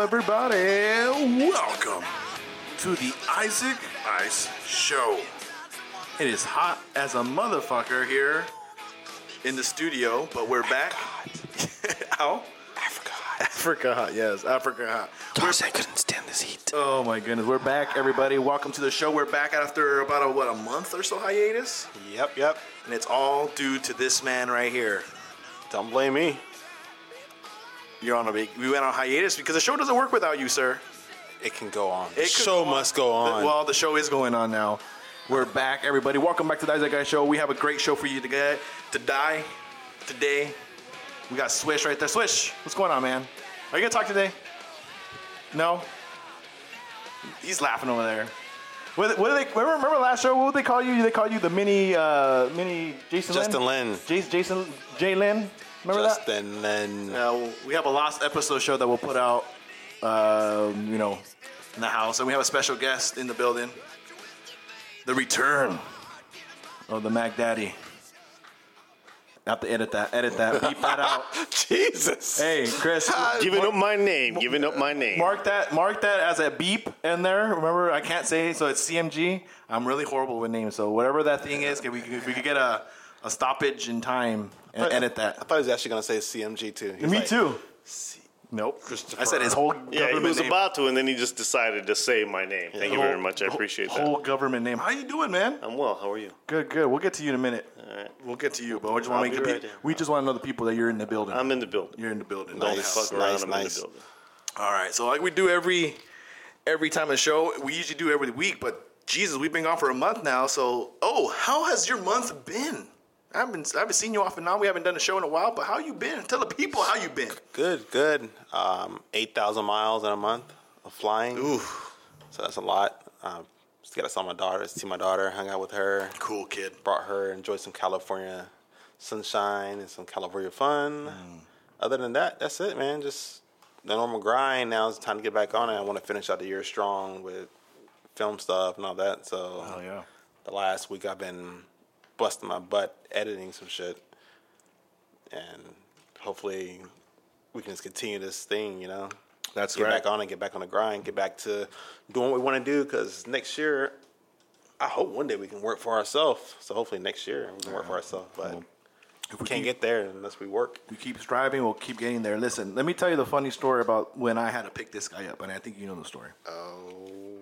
everybody. Welcome to the Isaac Ice Show. It is hot as a motherfucker here in the studio, but we're back. Ow. Africa. Africa hot, yes, Africa hot. Taurus, I couldn't stand this heat. Oh my goodness, we're back, everybody. Welcome to the show. We're back after about a, what a month or so hiatus, Yep, yep. and it's all due to this man right here. Don't blame me. You're on a big, we went on hiatus because the show doesn't work without you, sir. It can go on. It could show must go on. Well, the show is going on now. We're back, everybody. Welcome back to the Isaac Guy Show. We have a great show for you to get to die today. We got Swish right there. Swish, what's going on, man? Are you gonna talk today? No. He's laughing over there. What, what do they? Remember, remember last show? What would they call you? They call you the mini, uh, mini Jason. Justin Lin. Jason, Jason J. Lin. Remember that? Justin Lin. Uh, we have a last episode show that we'll put out, um, you know, in the house, and we have a special guest in the building. The return of the Mac Daddy. I have to edit that. Edit that. Beep that out. Jesus. Hey, Chris. Giving up my name. Giving up my name. Mark that. Mark that as a beep in there. Remember, I can't say so. It's CMG. I'm really horrible with names. So whatever that thing is, if we could, if we could get a, a stoppage in time and edit I that. thought he was actually going to say CMG too. He was Me like, too. Nope. I said his whole yeah, he government was name. about to, and then he just decided to say my name. Thank you Whole- very much. I appreciate whole, that. Whole government name. How you doing, man? I'm well. How are you? Good, good. We'll get to you in a minute. right. We'll get to you, but we just want to make I'll be the right pe- there. we just want to know the people that you're in the building. I'm in the building. you're in the building. Don't Nice. fuck around. nice, I'm in nice. the building. All right. So like we do every every time a show, we usually do every week, but Jesus, we've been gone for a month now. So oh, how has your month been? I've been I've been seeing you off and on. We haven't done a show in a while, but how you been? Tell the people how you been. Good, good. Um, 8,000 miles in a month of flying. Ooh, So that's a lot. Um, just got to saw my daughter, see my daughter, hung out with her, cool kid. brought her, enjoyed some California sunshine and some California fun. Other than that, that's it, man. Just the normal grind. Now it's time to get back on it. I want to finish out the year strong with film stuff and all that. So Oh yeah. the last week I've been busting my butt editing some shit, and hopefully we can just continue this thing, you know. That's get right. back on and get back on the grind, get back to doing what we want to do. Because next year, I hope one day we can work for ourselves. So hopefully next year we can work for ourselves, but If we can't keep- get there unless we work. We keep striving, we'll keep getting there. Listen, let me tell you the funny story about when I had to pick this guy up, and I think you know the story. Oh.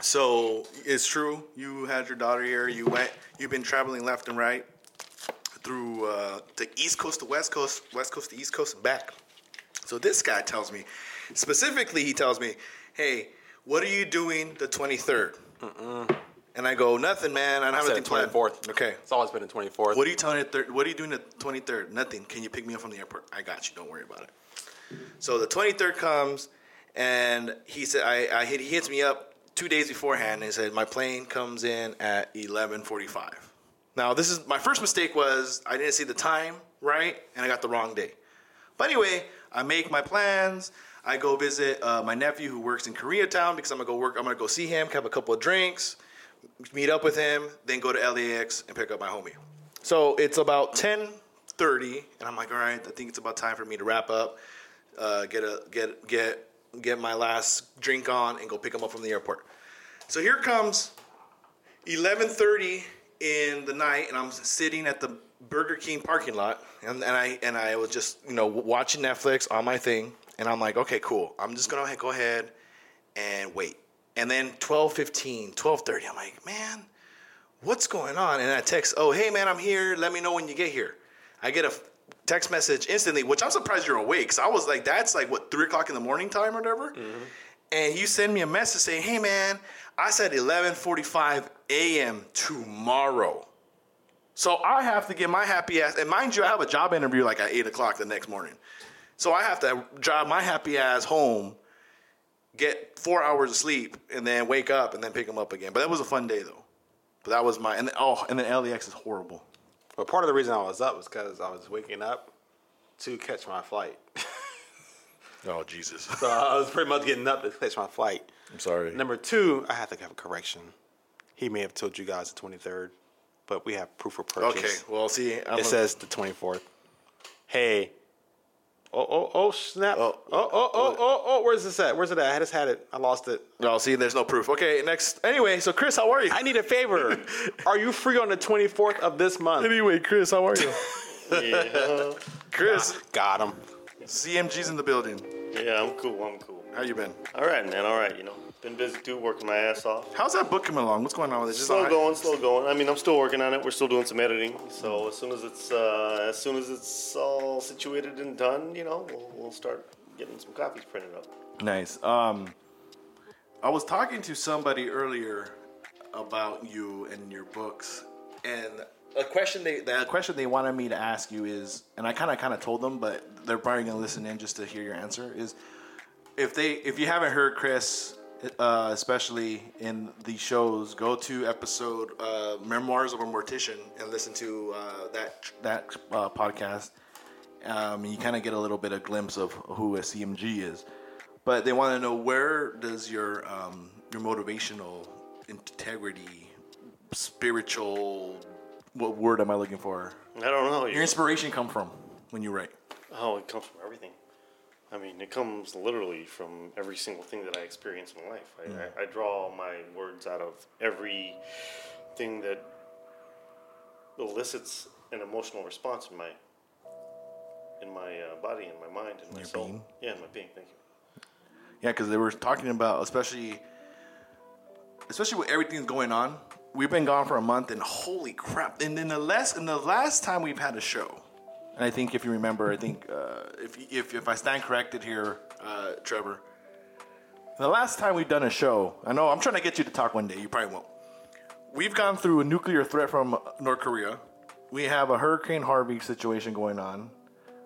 So it's true. You had your daughter here. You went. You've been traveling left and right through uh, the East Coast to West Coast, West Coast to East Coast, and back. So this guy tells me, specifically, he tells me, "Hey, what are you doing the 23rd?" And I go, "Nothing, man. I don't have Said anything planned." 24th. Okay. It's always been the twenty fourth. What are you telling the third? What are you doing the twenty third? Nothing. Can you pick me up from the airport? I got you. Don't worry about it. So the twenty third comes, and he said, I, I hit, he hits me up two days beforehand and said my plane comes in at eleven forty five. Now this is my first mistake was I didn't see the time right, and I got the wrong day. But anyway, I make my plans. I go visit uh, my nephew who works in Koreatown because I'm gonna go work. I'm gonna go see him, have a couple of drinks, meet up with him, then go to LAX and pick up my homie. So it's about 10:30, and I'm like, all right, I think it's about time for me to wrap up, uh, get a get get get my last drink on, and go pick him up from the airport. So here comes 11:30 in the night, and I'm sitting at the Burger King parking lot, and, and I and I was just you know watching Netflix on my thing, and I'm like, okay, cool. I'm just gonna go ahead and wait. And then 12:15, 12:30, I'm like, man, what's going on? And I text, oh hey man, I'm here. Let me know when you get here. I get a f- text message instantly, which I'm surprised you're awake. Cause I was like, that's like what three o'clock in the morning time or whatever. And you send me a message saying, hey man, I said 11:45 a.m. tomorrow. So I have to get my happy ass, and mind you, I have a job interview like at eight o'clock the next morning. So I have to drive my happy ass home, get four hours of sleep, and then wake up and then pick them up again. But that was a fun day though. But that was my and then, oh, and then LEX is horrible. But part of the reason I was up was because I was waking up to catch my flight. Oh Jesus! so I was pretty much getting up to catch my flight. I'm sorry. Number two, I have to have a correction. He may have told you guys the 23rd, but we have proof of purchase. Okay, well see, I'm It says the 24th. Hey, Oh, oh, oh, snap. Oh, Oh. oh, oh, oh, oh, where's this at? Where's it at? I just had it. I lost it. No, see, there's no proof. Okay, next. Anyway, so Chris, how are you? I need a favor. Are you free on the 24th of this month? Anyway, Chris, how are you? Yeah, Chris, Got him. CMG's in the building. yeah, I'm cool. I'm cool. How you been? All right, man. All right, you know, been busy too, working my ass off. How's that book coming along? What's going on with it? Just Slow on- going, slow going. I mean, I'm still working on it. We're still doing some editing. So as soon as it's uh, as soon as it's all situated and done, you know, we'll, we'll start getting some copies printed up. Nice. Um, I was talking to somebody earlier about you and your books, and a question they the question they wanted me to ask you is, and I kind of kind of told them, but they're probably gonna listen in just to hear your answer. Is if they if you haven't heard Chris, uh, especially in the shows, go to episode uh, Memoirs of a Mortician and listen to uh, that that uh, podcast. Um, you kind of get a little bit of glimpse of who a CMG is, but they want to know where does your um, your motivational integrity, spiritual, what word am I looking for? I don't know. Your inspiration come from when you write. Oh, it comes from everything. I mean, it comes literally from every single thing that I experience in life. Mm. I, I, I draw my words out of every thing that elicits an emotional response in my in my uh, body, in my mind, in my Your soul. being? Yeah, in my being. Thank you. Yeah, because they were talking about especially, especially with everything going on. We've been gone for a month, and holy crap! And then the last, and the last time we've had a show, and I think if you remember, I think uh, if if if I stand corrected here, uh, Trevor, the last time we've done a show, I know I'm trying to get you to talk one day. You probably won't. We've gone through a nuclear threat from North Korea. We have a Hurricane Harvey situation going on.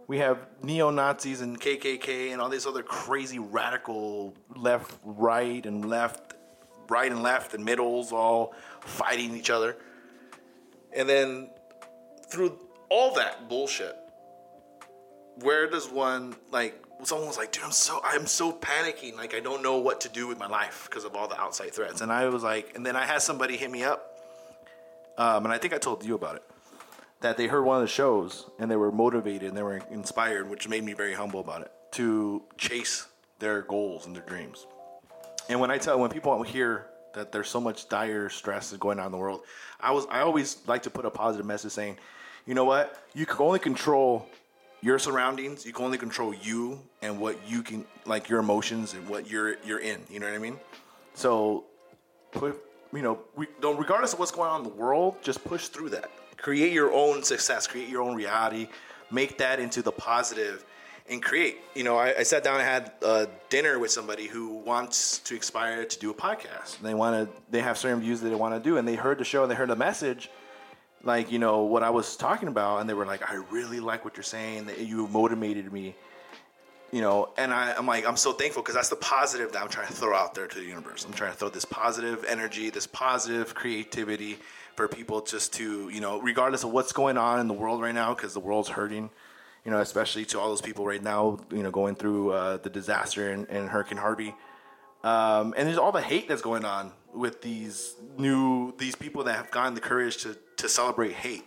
We have neo Nazis and KKK and all these other crazy radical left, right, and left, right and left, and middles all fighting each other. And then through all that bullshit, where does one like? Someone was like, "Dude, I'm so I'm so panicking. Like, I don't know what to do with my life because of all the outside threats." And I was like, and then I had somebody hit me up, um, and I think I told you about it that they heard one of the shows and they were motivated and they were inspired, which made me very humble about it to chase their goals and their dreams. And when I tell when people hear that there's so much dire stress is going on in the world, I was I always like to put a positive message saying, you know what, you can only control your surroundings. You can only control you and what you can like your emotions and what you're you're in. You know what I mean? So put you know we don't regardless of what's going on in the world just push through that create your own success create your own reality make that into the positive and create you know i, I sat down and had uh, dinner with somebody who wants to aspire to do a podcast they want to they have certain views that they want to do and they heard the show and they heard the message like you know what i was talking about and they were like i really like what you're saying that you motivated me you know, and I, I'm like, I'm so thankful because that's the positive that I'm trying to throw out there to the universe. I'm trying to throw this positive energy, this positive creativity for people just to, you know, regardless of what's going on in the world right now, because the world's hurting, you know, especially to all those people right now, you know, going through uh, the disaster and, and Hurricane Harvey. Um, and there's all the hate that's going on with these new, these people that have gotten the courage to, to celebrate hate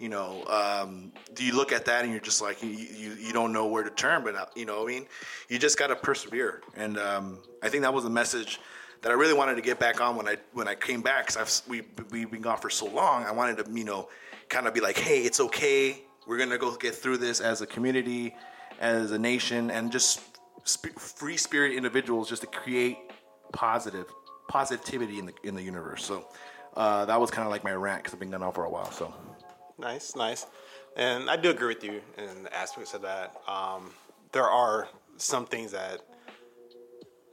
you know, um, do you look at that and you're just like, you, you, you don't know where to turn, but uh, you know, what I mean, you just got to persevere. And, um, I think that was a message that I really wanted to get back on when I, when I came back, cause I've, s- we, we've been gone for so long. I wanted to, you know, kind of be like, Hey, it's okay. We're going to go get through this as a community, as a nation, and just sp- free spirit individuals just to create positive positivity in the, in the universe. So, uh, that was kind of like my rant cause I've been gone on for a while. So Nice, nice. And I do agree with you in the aspects of that. Um, there are some things that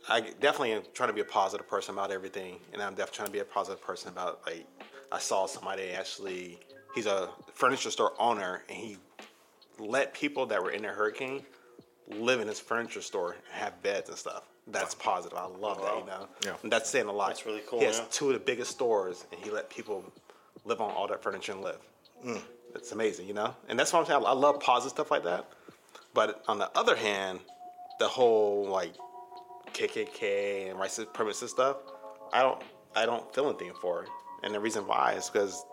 I definitely am trying to be a positive person about everything, and I'm definitely trying to be a positive person about like I saw somebody actually. He's a furniture store owner, and he let people that were in the hurricane live in his furniture store and have beds and stuff. That's positive. I love that. You know, Yeah. And that's saying a lot. That's really cool, He has yeah. two of the biggest stores, and he let people live on all that furniture and live. Mm. That's amazing, you know. And that's what I'm saying. I love positive stuff like that. But on the other hand, the whole like KKK and white supremacist stuff, I don't I don't feel anything for it. And the reason why is because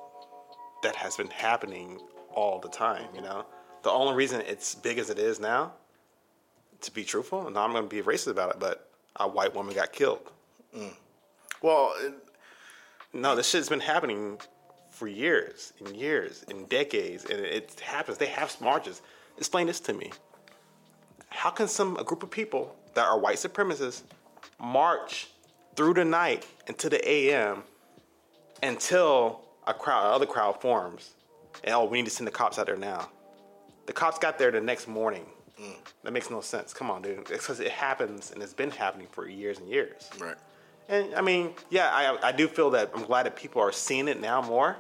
that has been happening all the time, you know. The only reason it's big as it is now to be truthful, and I'm going to be racist about it, but a white woman got killed. Well, it, No, this shit's been happening for years and years and decades, and it, it happens. They have marches. Explain this to me. How can some a group of people that are white supremacists march through the night into the AM until a crowd, another crowd forms, and oh, we need to send the cops out there now. The cops got there the next morning. That makes no sense. Come on, dude. Because it happens and it's been happening for years and years. right. And I mean, yeah, I, I do feel that I'm glad that people are seeing it now more,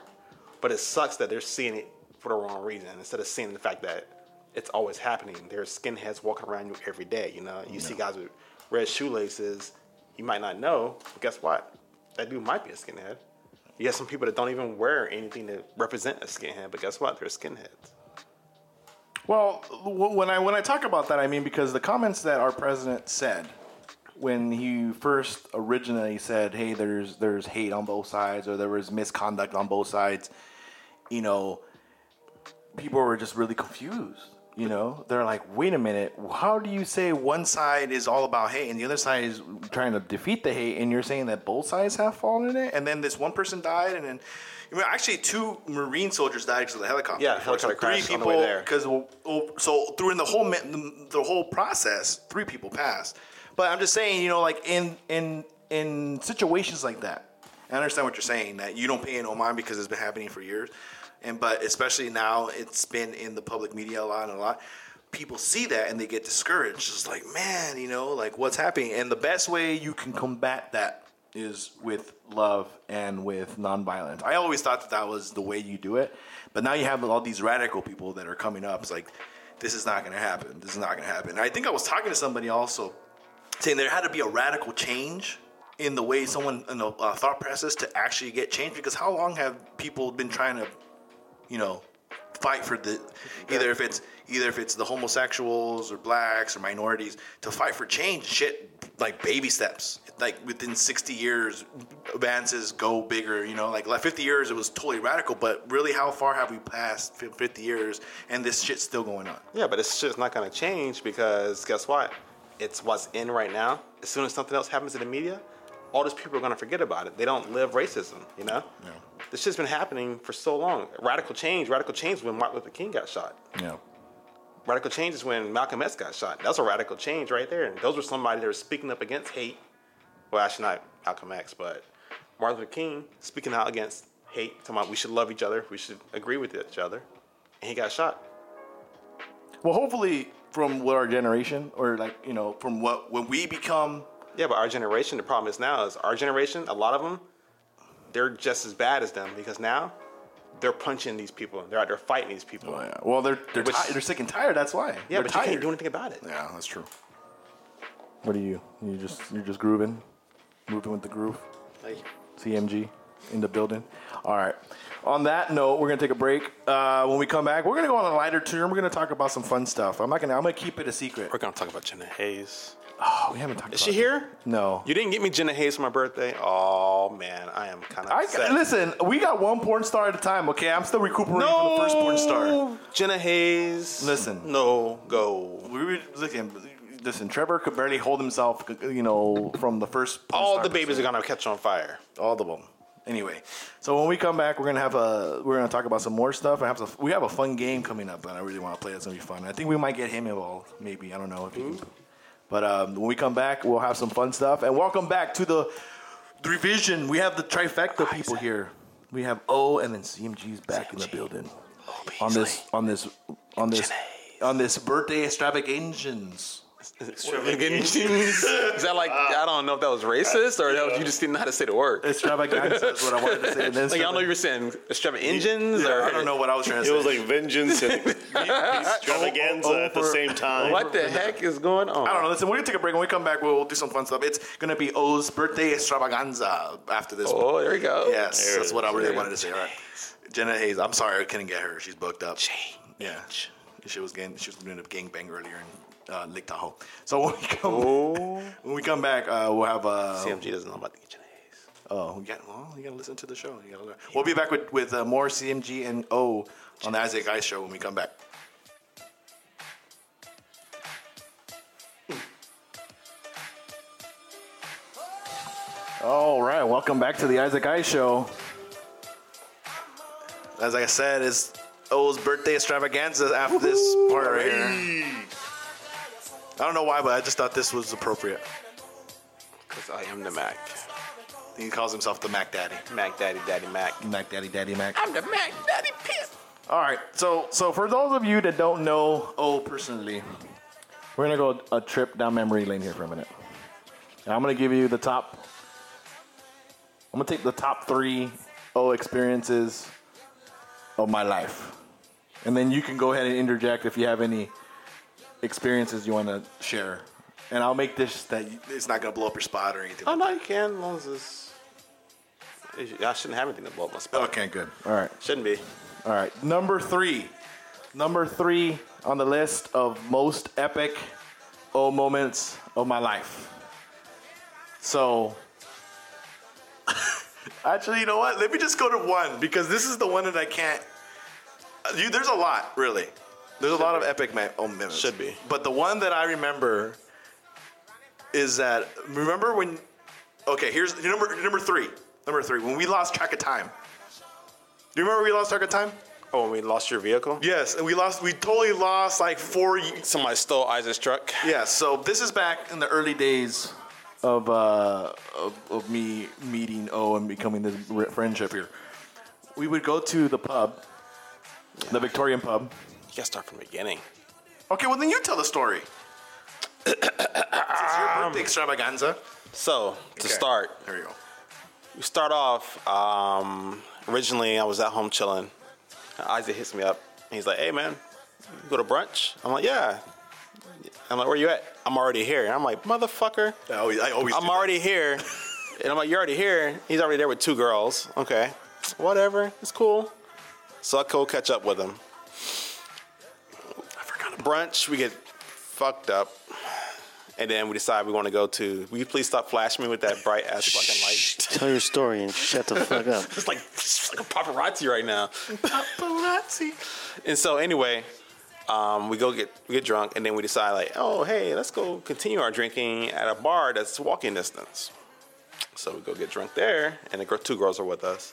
but it sucks that they're seeing it for the wrong reason instead of seeing the fact that it's always happening. There's skinheads walking around you every day. You know, you see guys with red shoelaces. You might not know, but guess what? That dude might be a skinhead. You have some people that don't even wear anything to represent a skinhead, but guess what? They're skinheads. Well, wh- when I when I talk about that, I mean because the comments that our president said when he first originally said, "Hey, there's there's hate on both sides, or there was misconduct on both sides," you know, people were just really confused. You know, they're like, "Wait a minute, how do you say one side is all about hate and the other side is trying to defeat the hate, and you're saying that both sides have fallen in it?" And then this one person died, and then. I mean, actually, two Marine soldiers died because of the helicopter. Yeah, before, helicopter crash on the way there. because oh, so through in the whole me- the whole process, three people passed. But I'm just saying, you know, like in in in situations like that, I understand what you're saying that you don't pay no mind because it's been happening for years, and but especially now it's been in the public media a lot and a lot. People see that and they get discouraged. Just like, man, you know, like what's happening. And the best way you can combat that is with love and with nonviolence. I always thought that that was the way you do it, but now you have all these radical people that are coming up. It's like, this is not going to happen. This is not going to happen. And I think I was talking to somebody also saying there had to be a radical change in the way someone in the uh, thought process to actually get change because how long have people been trying to you know fight for the either if it's either if it's the homosexuals or blacks or minorities to fight for change shit like baby steps like within 60 years advances go bigger you know like, like 50 years it was totally radical but really how far have we passed fif- 50 years and this shit's still going on Yeah, but it's just not going to change because guess what? It's what's in right now. As soon as something else happens in the media, all those people are going to forget about it. They don't live racism, you know? Yeah. This shit's been happening for so long. Radical change, radical change when Martin Luther King got shot. yeah Radical change is when Malcolm X got shot. That's a radical change right there. And those were somebody that were speaking up against hate. Well, actually, not Malcolm X, but Martin Luther King speaking out against hate, talking about we should love each other, we should agree with each other. And he got shot. well hopefully from what our generation or like you know from what when we become Yeah, but our generation, the problem is now is our generation, a lot of them, they're just as bad as them because now they're punching these people. They're out there fighting these people. Oh, yeah, well they're they're, Which- ti- they're sick and tired that's why They're but you tired. can't do anything about it. Yeah, that's true. What are you? You just you're just grooving, moving with the groove. Like, CMG in the building. All right. On that note, we're gonna take a break. Uh, when we come back, we're gonna go on a lighter tour. and We're gonna talk about some fun stuff. I'm not gonna. I'm gonna keep it a secret. We're gonna talk about Jenna Hayes. Oh, we haven't talked. Is about she it. here? No. You didn't get me Jenna Hayes for my birthday. Oh man, I am kind of I upset. listen. We got one porn star at a time. Okay, I'm still recuperating no, from the first porn star. Jenna Hayes. Listen. no go. We were looking. Listen, Trevor could barely hold himself. You know, from the first. porn All star the babies pursuit. are gonna catch on fire. all of them. Anyway, so when we come back, we're gonna have a we're gonna talk about some more stuff. I have some, we have a fun game coming up that I really want to play. It's gonna be fun. I think we might get him involved. Maybe I don't know if he can. But um, when we come back, we'll have some fun stuff. And welcome back to the, the revision. We have the trifecta people here. We have O and then CMG's back in the building on this on this on this on this birthday extravaganzations. Is that like I don't know if that was racist or that was, you just didn't know how to say the word. Extravaganza is what I wanted to say. And then Like I don't know if you were saying extravagant engines or I don't know what I was trying to it say. was like vengeance and extravaganza at the Over- same time. What the heck is going on? I don't know. Listen, we're gonna take a break. When we come back, we'll do some fun stuff. It's gonna be O's birthday extravaganza after this. one. Oh, there we go. Yes, There it that's what I is. really wanted to say. All right. Jenna Hayes. I'm sorry, I couldn't get her. She's booked up. Yeah, she was getting she was doing a gangbang earlier in uh, Lake Tahoe. So when we come Oh. when we come back, uh, we'll have uh, CMG doesn't know about the kitchen Hayes. oh we got well you gotta listen to the show. You gotta learn. We'll be back with with uh, more CMG and O on the Isaac Ice Show when we come back. All right, welcome back to the Isaac I Show. As I said, it's O's birthday extravaganza after this part right here. I don't know why, but I just thought this was appropriate. Because I am the Mac. He calls himself the Mac Daddy. Mac Daddy Daddy Mac. Mac Daddy, Daddy Mac. I'm the Mac Daddy Pimp. All right, so so for those of you that don't know O personally, we're gonna go a trip down memory lane here for a minute. And I'm gonna give you the top. I'm gonna take the top three O experiences of my life, and then you can go ahead and interject if you have any experiences you want to share. And I'll make this that It's not gonna blow up your spot or anything. Oh no, you can. As long as it's, I shouldn't have anything to blow up my spot. Okay, good. all right. Shouldn't be. All right, number three. Number three on the list of most epic O moments of my life. So, Actually, you know what? Let me just go to one because this is the one that I can't. Uh, You, there's a lot, really. There's a lot of epic ma- oh, moments. Should be. But the one that I remember is that remember when? Okay, here's number number three. Number three. When we lost track of time. Do you remember we lost track of time? Oh, when we lost your vehicle? Yes, and we lost. We totally lost like four. ye- Somebody stole Isaac's truck. Yeah. So this is back in the early days. of uh, of, of me meeting O and becoming this r- friendship here, we would go to the pub, the Victorian pub. You gotta start from the beginning. Okay, well then you tell the story. Since your birthday extravaganza. So to Okay, start, There you go. we start off. Um, originally, I was at home chilling. Isaac hits me up. He's like, "Hey, man, you go to brunch?" I'm like, "Yeah." I'm like, "Where you at?" I'm already here. I'm like, "Motherfucker, I always, I always do I'm that. already here." And I'm like, "You're already here." He's already there with two girls. Okay, whatever. It's cool. So I go catch up with him. I forgot about brunch, we get fucked up, and then we decide we want to go to. Will you please stop flashing me with that bright ass fucking light? Tell your story and shut the fuck up. It's like it's like a paparazzi right now. paparazzi. And so anyway, um, we go get we get drunk, and then we decide like, oh hey, let's go continue our drinking at a bar that's walking distance. So we go get drunk there, and the girl, two girls are with us.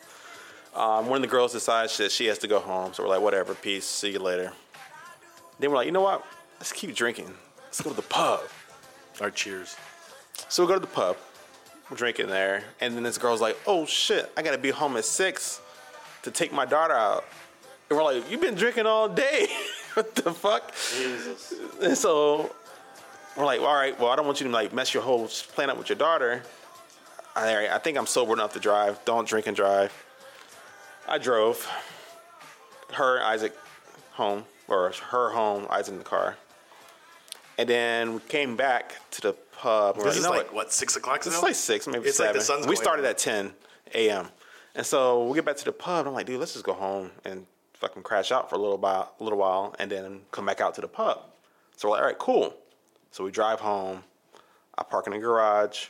Um, one of the girls decides that she has to go home, so we're like, whatever, peace, see you later. Then we're like, you know what? Let's keep drinking. Let's go to the pub. Our cheers. So we go to the pub, we're drinking there, and then this girl's like, "Oh shit, I gotta be home at six to take my daughter out." And we're like, "You've been drinking all day, what the fuck?" Jesus. And so we're like, "All right, well, I don't want you to like mess your whole plan up with your daughter." I, all right, I think I'm sober enough to drive. Don't drink and drive. I drove her and Isaac home, or her home, Isaac in the car. And then we came back to the pub. We're This you is know like what six o'clock. it's now? like six, maybe It's like seven. the sun's we going started down. at ten a.m. And so we get back to the pub. I'm like, dude, let's just go home and fucking crash out for a little while, a little while, and then come back out to the pub. So we're like, all right, cool. So we drive home. I park in the garage.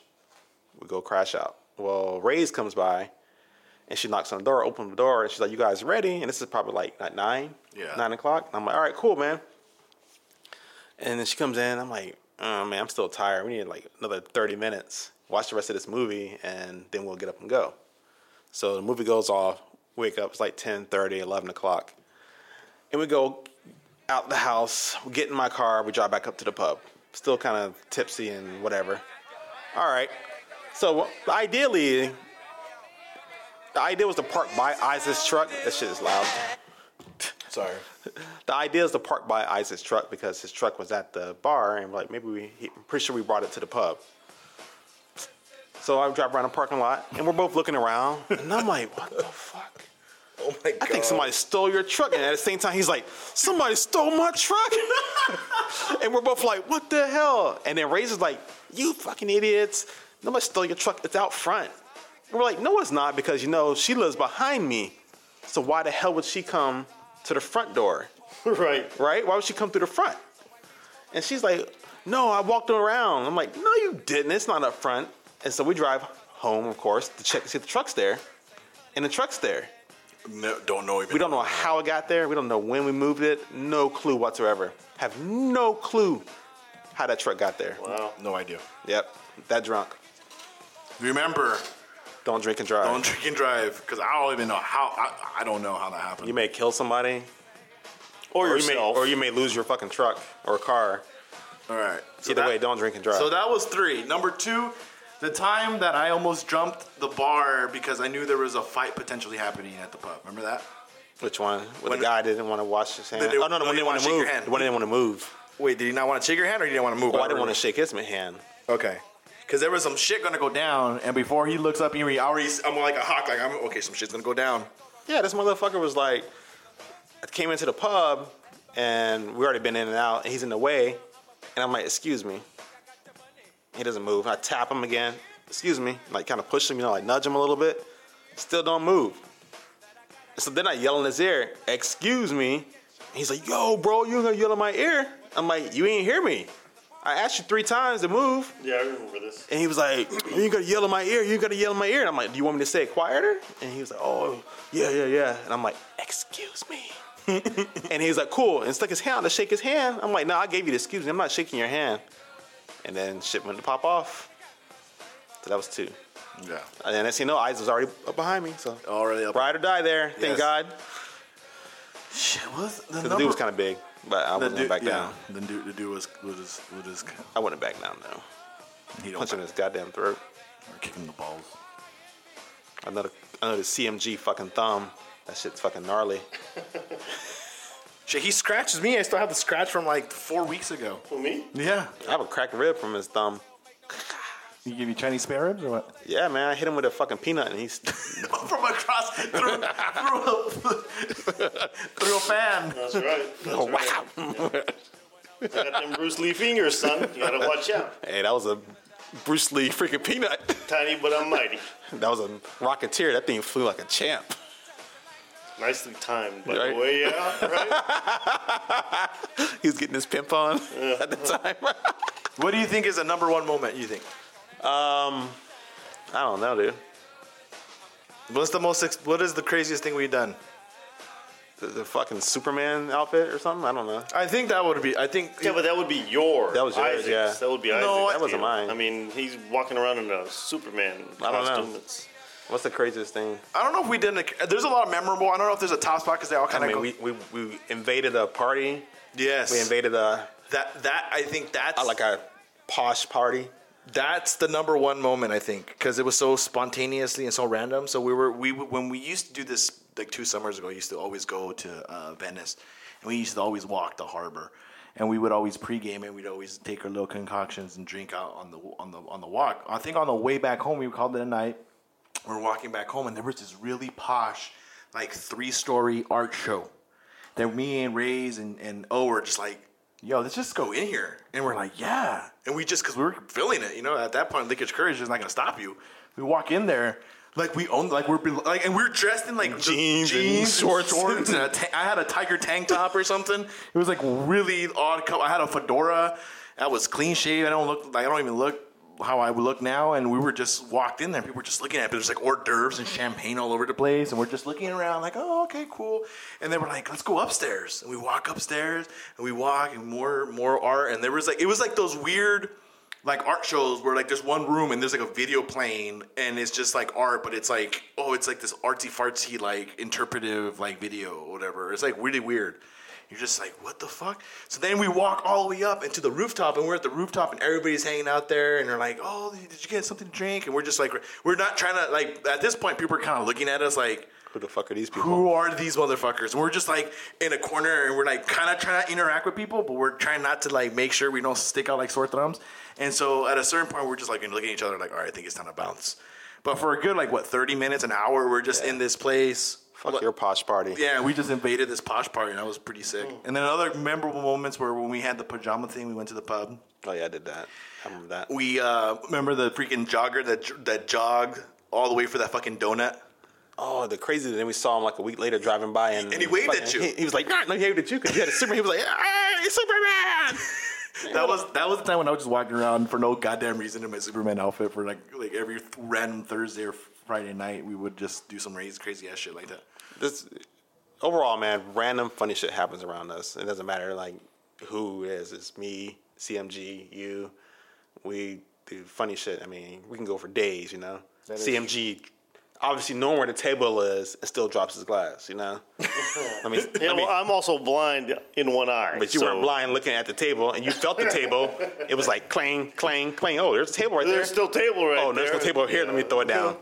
We go crash out. Well, Ray's comes by, and she knocks on the door, opens the door, and she's like, "You guys ready?" And this is probably like at nine, Yeah. nine o'clock. And I'm like, "All right, cool, man." And then she comes in. I'm like, oh, man, I'm still tired. We need like another 30 minutes. Watch the rest of this movie, and then we'll get up and go. So the movie goes off. Wake up. It's like 10, 11 o'clock. And we go out the house. We get in my car. We drive back up to the pub. Still kind of tipsy and whatever. All right. So ideally, the idea was to park by Isaac's truck. That shit is loud. Sorry. The idea is to park by Isaac's truck because his truck was at the bar, and we're like maybe we, he, I'm pretty sure we brought it to the pub. So I drive around the parking lot, and we're both looking around, and I'm like, what the fuck? Oh my god. I think somebody stole your truck. And at the same time, he's like, somebody stole my truck. and we're both like, what the hell? And then Razor's like, you fucking idiots. Nobody stole your truck. It's out front. And we're like, no, it's not because, you know, she lives behind me. So why the hell would she come to the front door? right. right? Why would she come through the front? And she's like, No, I walked around. I'm like, No, you didn't. It's not up front. And so we drive home, of course, to check to see if the truck's there. And the truck's there. No, don't know even. We don't know how it got there. We don't know when we moved it. No clue whatsoever. Have no clue how that truck got there. Wow. No idea. Yep, that drunk. Remember, Don't drink and drive. don't drink and drive because I don't even know how. I, I don't know how that happened. You may kill somebody, Or, or you, may, yourself. or you may lose your fucking truck or car. All right. So Either that- way, don't drink and drive. So that was three. Number two, the time that I almost jumped the bar because I knew there was a fight potentially happening at the pub. Remember that? Which one? When, When- the guy didn't want to wash his hand. They- they- oh no, no, the one you didn't wanna want to shake your move. hand. The one didn't want to move. Wait, did you not want to shake your hand or you didn't want to move? Well, I didn't want to shake his hand. Okay. Because there was some shit gonna go down, and before he looks up, he re- already I'm like a hawk, like I'm okay. Some shit's gonna go down. Yeah, this motherfucker was like, I came into the pub and we already been in and out, and he's in the way, and I'm like, excuse me. He doesn't move. I tap him again, excuse me, like kind of push him, you know, like nudge him a little bit. Still don't move. So then I yell in his ear, excuse me. He's like, yo, bro, you gonna yell in my ear? I'm like, you ain't hear me. I asked you three times to move. yeah, I remember this. And he was like, "You gotta yell in my ear. You gotta yell in my ear." And I'm like, "Do you want me to say it quieter?" And he was like, "Oh, yeah, yeah, yeah." And I'm like, "Excuse me." and he was like, "Cool." And stuck his hand out to shake his hand. I'm like, "No, I gave you the excuse me. I'm not shaking your hand." And then shit went to pop off. So that was two. Yeah. And then as you know, eyes was already up behind me. So Already up. ride or die there. Yes. Thank God. Shit, what's the 'Cause number? the dude was kind of big, but I the wouldn't dude, back yeah. down. The dude, the dude was was his, was his, I wouldn't back down though. he don't Punch him in his goddamn throat. kicking the balls. Another, another CMG fucking thumb. That shit's fucking gnarly. Shit, he scratches me. I still have the scratch from like four weeks ago. For me? Yeah. I have a cracked rib from his thumb. You give you Chinese spare ribs or what? Yeah, man, I hit him with a fucking peanut, and he's from across through through a, through a fan. That's right. That's wow. right. I got them Bruce Lee fingers, son. You gotta watch out. hey, that was a Bruce Lee freaking peanut. Tiny but I'm mighty. that was a rocketeer. That thing flew like a champ. Nicely timed, by Right. the way. Yeah, right? He was getting his pimp on at the time. What do you think is the number one moment? You think? I don't know, dude. What's the most? Ex- what is the craziest thing we've done? The, the fucking Superman outfit or something. I don't know. I think that would be. I think. yeah, but that would be your. That was yours, Isaac's. yeah. That would be No, Isaac's. that wasn't deal. mine. I mean, he's walking around in a Superman I don't know. costume. It's, What's the craziest thing? I don't know if we did. A, there's a lot of memorable. I don't know if there's a top spot because they all kind I of mean, go. we, we, we invaded a party. yes. We invaded a that that I think that's uh, like a posh party. that's the number one moment I think because it was so spontaneously and so random. So we were we when we used to do this like two summers ago, I used to always go to uh, Venice, and we used to always walk the harbor, and we would always pregame and we'd always take our little concoctions and drink out on the on the on the walk. I think on the way back home we called it a night. We're walking back home and there was this really posh, like three story art show that me and Ray's and, and O were just like, yo, let's just go in here. And we're like, yeah. And we just, because we were feeling it, you know, at that point, Linkage Courage is not going to stop you. We walk in there, like we own, like we're, bel- like, and we're dressed in like the Jeans and shorts. shorts and a ta- I had a tiger tank top or something. It was like really odd. Co- I had a fedora. I was clean shaved. I don't look, like, I don't even look how I would look now. And we were just walked in there. People were just looking at it. There's like hors d'oeuvres and champagne all over the place place, and we're just looking around like, oh, okay, cool. And they were like, let's go upstairs. And we walk upstairs and we walk and more more art. And there was like it was like those weird like art shows where like there's one room and there's like a video playing and it's just like art, but it's like oh, it's like this artsy fartsy like interpretive like video or whatever. It's like really weird. You're just like, what the fuck? So then we walk all the way up into the rooftop, and we're at the rooftop, and everybody's hanging out there, and they're like, oh, did you get something to drink? And we're just like, we're not trying to like. At this point, people are kind of looking at us like, Who the fuck are these people? who are these motherfuckers? And we're just like in a corner and we're like kind of trying to interact with people, but we're trying not to like make sure we don't stick out like sore thumbs. And so at a certain point, we're just like looking at each other like, all right, I think it's time to bounce. But for a good like what thirty minutes, an hour, we're just in this place. Fuck Look- your posh party. yeah, we just invaded this posh party, and that was pretty sick. Mm. And then other memorable moments were when we had the pajama thing. We went to the pub. Oh yeah, I did that. I remember that. We uh, remember the freaking jogger that j- that jogged all the way for that fucking donut. Oh, the crazy! Then we saw him like a week later driving by, and, And he waved at you. He, he was like, "Nah, "No, he waved at you because you had a Superman." He was like, "Hey, Superman!" That was that was the time when I was just walking around for no goddamn reason in my Superman outfit for like like every th- random Thursday or Friday night we would just do some crazy crazy ass shit like that. This overall, man, random funny shit happens around us. It doesn't matter like who it is. It's me, CMG, you. We do funny shit. I mean, we can go for days, you know. That is CMG obviously knowing where the table is and still drops his glass, you know. I mean, You I know, mean I'm also blind in one eye. but you so weren't blind looking at the table and you felt the table. It was like clang, clang, clang. Oh, there's a table right There's there. still table right oh, there's no there. table here. Let me throw it down.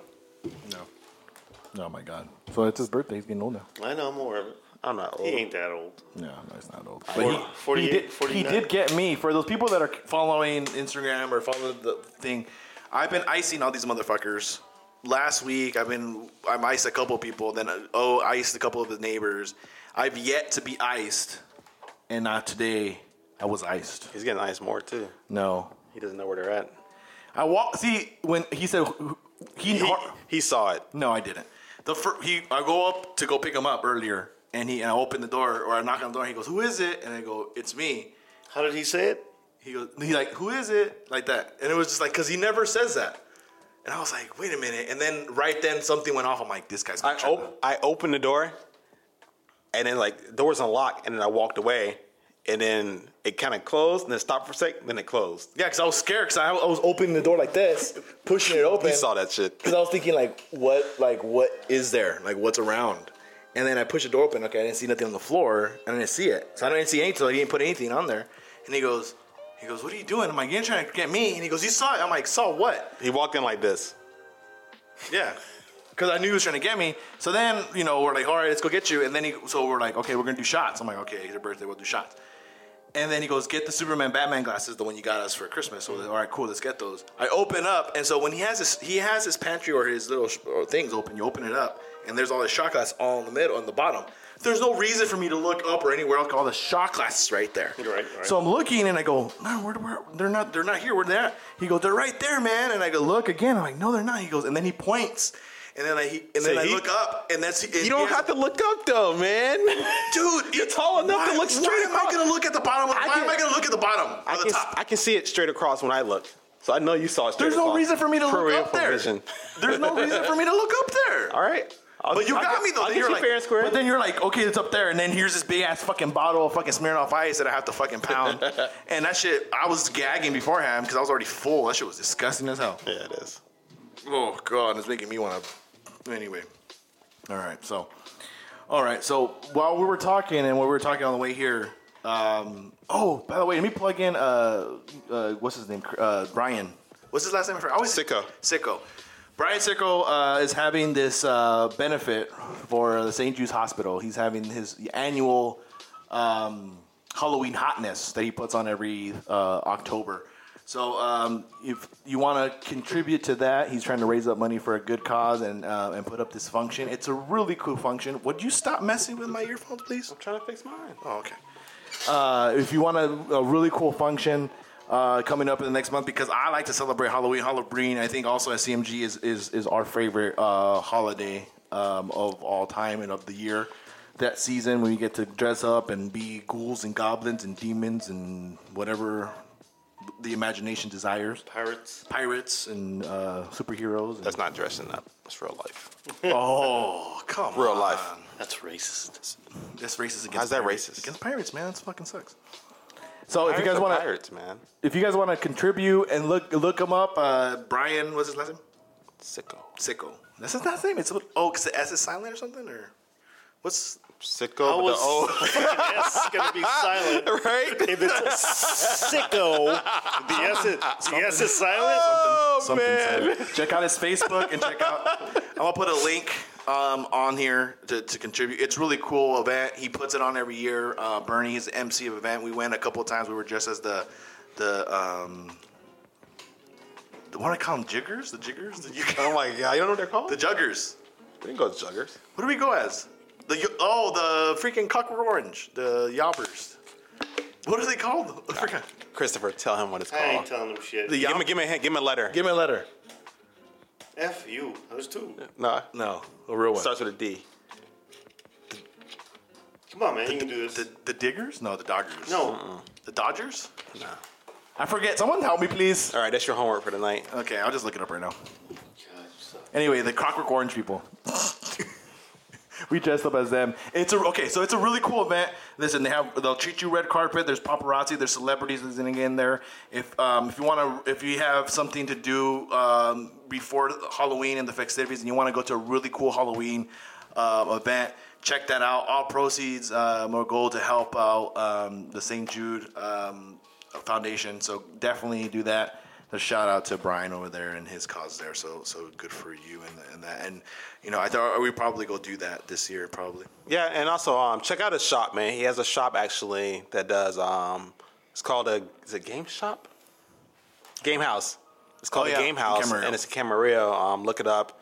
Oh my god. So it's his birthday. He's getting old now. I know, I'm aware of it. I'm not He old. ain't that old. Yeah, no, he's not old. Four- But he, 48, he, did, he 49. did get me for those people that are. following Instagram or follow the thing. I've been icing all these motherfuckers. Last week, I've been I'm iced a couple people. Then uh, oh, iced a couple of the neighbors. I've yet to be iced, and not today. I was iced. He's getting eyes more too. No, He doesn't know where they're at. I walk. See when he said he. He, he saw it. no, I didn't. The fir- he I go up to go pick him up earlier, and he and I open the door or I knock on the door. And he goes, "Who is it?" And I go, "It's me." How did he say it? He goes, he like, who is it? Like that. And it was just like, because he never says that. And I was like, wait a minute. And then right then something went off. I'm like, this guy's I gonna trip. op- I opened the door, and then like the doors unlocked, and then I walked away, and then it kind of closed, and then stopped for a second, then it closed. Yeah, because I was scared because I, I was opening the door like this, pushing it open. He saw that shit. Because I was thinking like, what, like what is there? Like what's around? And then I pushed the door open. Okay, I didn't see nothing on the floor. I didn't see it, so I didn't see anything. So he didn't put anything on there. And he goes, he goes, what are you doing? I'm like, you ain't trying to get me. And he goes, you saw it. I'm like, saw what? He walked in like this. Yeah. Because I knew he was trying to get me. So then, you know, we're like, all right, let's go get you. And then he, so we're like, okay, we're going to do shots. I'm like, okay, it's your birthday, we'll do shots. And then he goes, get the Superman Batman glasses, the one you got us for Christmas. So, all right, cool, let's get those. I open up, and so when he has his, he has his pantry or his little sh- or things open, you open it up, and there's all the shot glass all in the middle, on the bottom. There's no reason for me to look up or anywhere else. All the shot glasses right there. Right, right. So I'm looking, and I go, no, where, where, they're not, they're not here. Where they at? He goes, they're right there, man. And I go, look again. I'm like, no, they're not. He goes, and then he points, and then I, he, and then So I he- look up, and that's and You don't he has- have to look up though, man. dude. You're tall enough why, to look straight Why am I across. gonna look at the bottom? Of, I why can- am I gonna look at the bottom I or the can, top? I can see it straight across when I look, so I know you saw it. Straight There's no across. reason for me to look Peripheral up there. vision. There's no reason for me to look up there. All right. I'll- But you I'll got get- me though. I'll Then get you're you like, fair and square. But then you're like, okay, it's up there, and then here's this big ass fucking bottle of fucking Smirnoff Ice that I have to fucking pound. and that shit, I was gagging beforehand because I was already full. That shit was disgusting as hell. yeah, it is. Oh god, it's making me want to. Anyway, all right. So, all right. So while we were talking and when we were talking on the way here, um, oh, by the way, let me plug in. Uh, uh, what's his name? Uh, Brian. What's his last name? I forgot. always Sicko. Sicko. Brian Sicko uh, is having this uh, benefit for the St. Jude's Hospital. He's having his annual um, Halloween hotness that he puts on every uh, October. So um, if you want to contribute to that, he's trying to raise up money for a good cause and uh, and put up this function. It's a really cool function. Would you stop messing with my earphones, please? I'm trying to fix mine. Oh, okay. Uh, if you want a, a really cool function uh, coming up in the next month, because I like to celebrate Halloween, Halloween. I think also at CMG is is, is our favorite uh, holiday um, of all time and of the year. That season when you get to dress up and be ghouls and goblins and demons and whatever the imagination desires, Pirates. pirates and uh, superheroes. And, That's not dressing up. It's real life. oh, come Real on. life. That's racist. That's racist against How's that pirates. racist? Against pirates, man. That fucking sucks. So if you Pirates guys are want to pirates, man, if you guys want to contribute and look look him up, uh, Brian, what's his last name? sicko, Sicko. That's his last name. It's what- oh, 'cause the S is silent or something, or what's? sicko. I with was the O. yes, gonna be silent. right? If it's sicko, the S is, the S is silent. oh Something silent. Check out his Facebook and check out. I'm gonna put a link um, on here to, to contribute. It's really cool event. He puts it on every year. Uh, Bernie is the MC of event. We went a couple of times. We were just as the the um, the what do I call them? Jiggers? The jiggers? The, you- Oh my god, you don't know what they're called? the juggers? we can go to Juggers. What do we go as? The y- oh, the freaking cockroach orange, the yobbers. What are they called? I forgot. Christopher, tell him what it's I ain't called. telling them shit. The Give me, give me, a hand- give me a letter. Give me a letter. F you. There's two. no, No, a real one. starts with a D. Come on, man. You can do this. The, the diggers? No, the doggers. No. the Dodgers. No. I forget. Someone help me, please. All right, that's your homework for tonight. Okay, I'll just look it up right now. God, you suck. Anyway, the clockwork orange people. We dressed up as them. It's a okay, so it's a really cool event. Listen, they have they'll treat you red carpet. There's paparazzi. There's celebrities that's in in there. If um, if you want to, if you have something to do um, before Halloween and the festivities, and you want to go to a really cool Halloween uh, event, check that out. All proceeds um, will go to help out um, the St. Jude um, Foundation. So definitely do that. A shout out to Brian over there and his cause there. So so good for you and, and that. And you know, I thought we probably go do that this year probably. Yeah, and also um, check out his shop, man. He has a shop actually that does um, it's called a is it game shop, game house. It's called Oh, a yeah, game house, Camarillo. and it's a Camarillo. Um, look it up.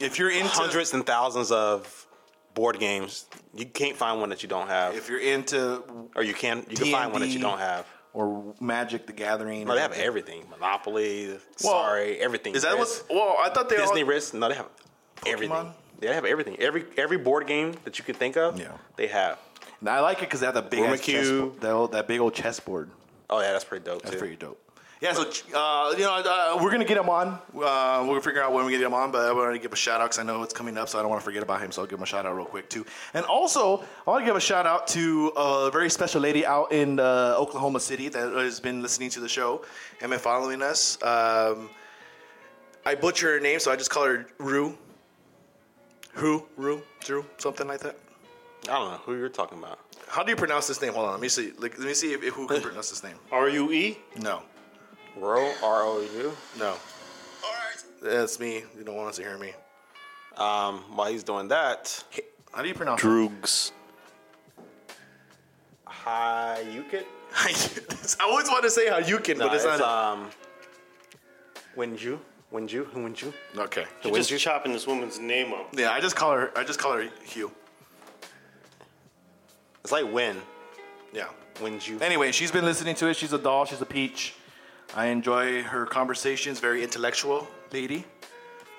If you're into Hundreds and thousands of board games. You can't find one that you don't have, if you're into or you can you can find one that you D&D, don't have. or Magic the Gathering, No, they have everything: Monopoly, Sorry, everything. Is that Risk, what? Well, I thought they Disney all, Risk? No, they have everything. Pokemon? They have everything. Every every board game that you can think of, Yeah. they have. And I like it because they have that big Roman ass cube. chessboard, that, old- that big old chessboard. Oh yeah, that's pretty dope. That's too. pretty dope. Yeah, so uh, you know, uh, We're gonna get him on. Uh, we'll figure out when we get him on, but I wanted to give a shout out because I know it's coming up, so I don't want to forget about him. So I'll give him a shout out real quick too. And also, I want to give a shout out to a very special lady out in uh, Oklahoma City that has been listening to the show and been following us. Um, I butcher her name, so I just call her Rue. Who? Rue? Drew? Something like that. I don't know who you're talking about. How do you pronounce this name? Hold on, let me see. Like, let me see if, if who can pronounce this name. R U E. No, Ro R O U. no. That's me. You don't want us to hear me. Um, while he's doing that, How do you pronounce? it? Droogs. hi you could. I always want to say how you can, No, but it's, it's, not. um, Winju, Winju, who Winju? okay. You're just chopping this woman's name up. uh, Yeah, I just call her. I just call her Hugh. It's like Win, Yeah. Winju. Anyway, she's been listening. Listening to it, she's a doll. She's a peach. I enjoy her conversations. Very intellectual lady,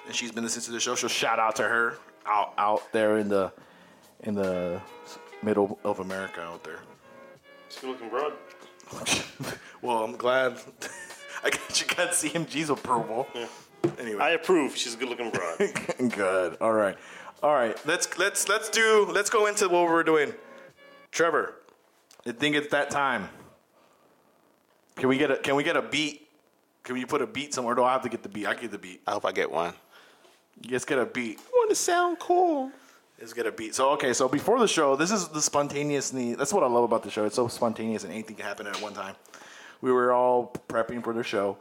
and she's been listening to the show. So shout out to her Out, out there in the, in the middle of America out there. She's good looking broad. Well, I'm glad. I got you. Got CMG's approval. I anyway, approve. She's a good looking broad. Good. All right. All right. let's let's let's do let's go into what we're doing. Trevor, I think it's that time. can we get a can we get a beat? Can we put a beat somewhere? Do I have to get the beat? I get the beat. I hope I get one. Let's get a beat. I want to sound cool. Let's get a beat. So So okay, so before the show, this is the spontaneously. That's what I love about the show. It's so spontaneous, and anything can happen at one time. We were all prepping for the show,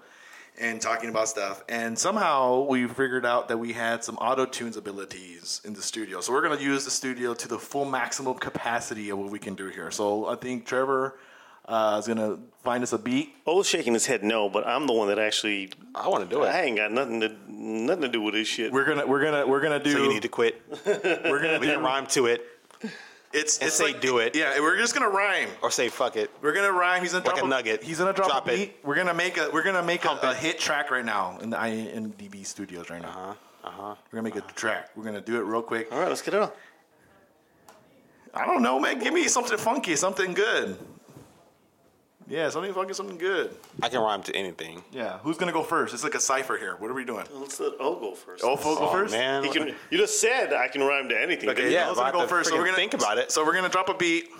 and talking about stuff. And somehow we figured out that we had some auto tunes abilities in the studio. So we're going to use the studio to the full maximum capacity of what we can do here. So I think Trevor uh, is going to find us a beat. O's shaking his head no, but I'm the one that actually. I want to do I it. ain't got nothing to nothing to do with this shit. We're gonna, we're gonna, we're gonna do. So you need to quit. we're gonna We can do. rhyme to it, It's And it's say like do it. Yeah, we're just going to rhyme. or say fuck it. We're going to rhyme. He's going to Like drop a nugget. He's gonna drop, Drop a it. beat. We're gonna make a, we're gonna make a, Pump it. Uh-huh, a hit track right now in the IMDb studios right now. Uh huh. Uh huh. We're gonna make a track. We're gonna do it real quick. All right, let's get it on. I don't know, man. Give me something funky, something good. Yeah, something funky, something good. I can rhyme to anything. Yeah, who's going to go first? It's like a cipher here. What are we doing? Let's let O go first. Oh, folk go Oh, first? man. He can, you just said I can rhyme to anything. Okay, I Yeah, was but I gonna have go to first. So freaking we're gonna think about it. So we're gonna drop a beat.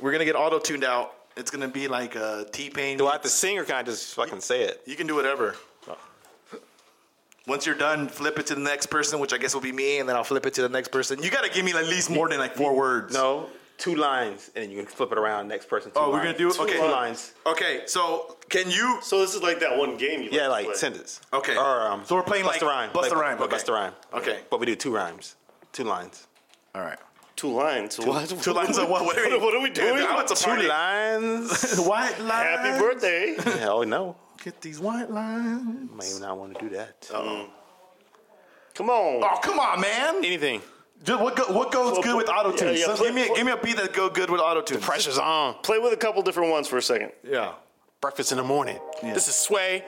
We're gonna get auto tuned out. It's gonna be like a T Pain. do I have to sing or can I just fucking say it? You can do whatever. Once you're done, flip it to the next person, which I guess will be me, and then I'll flip it to the next person. You gotta give me at least more than like four words. No, two lines, and you can flip it around. Next person. Two Oh, we're lines. gonna do it. Two Okay. lines. Okay. So can you? So this is like that one game you Yeah, like, like sentence. Okay. Or um, So we're playing like bust a rhyme. Bust a Rhyme, okay. Bust a rhyme. Okay. But we do two rhymes, two lines. All right. Two lines. What? Two lines of what? What are we, What are we doing? Dude, now it's a Two party. lines. White line. Happy birthday. Hell no. Get these white lines. May not want to do that. Come on. Oh come on, man! Anything. Dude, what go, what goes good with auto tune? Yeah, yeah, So flip- give me a, give me a beat that go good with auto tune. Pressure's on. Play with a couple different ones for a second. Yeah. Breakfast in the morning. This is Sway.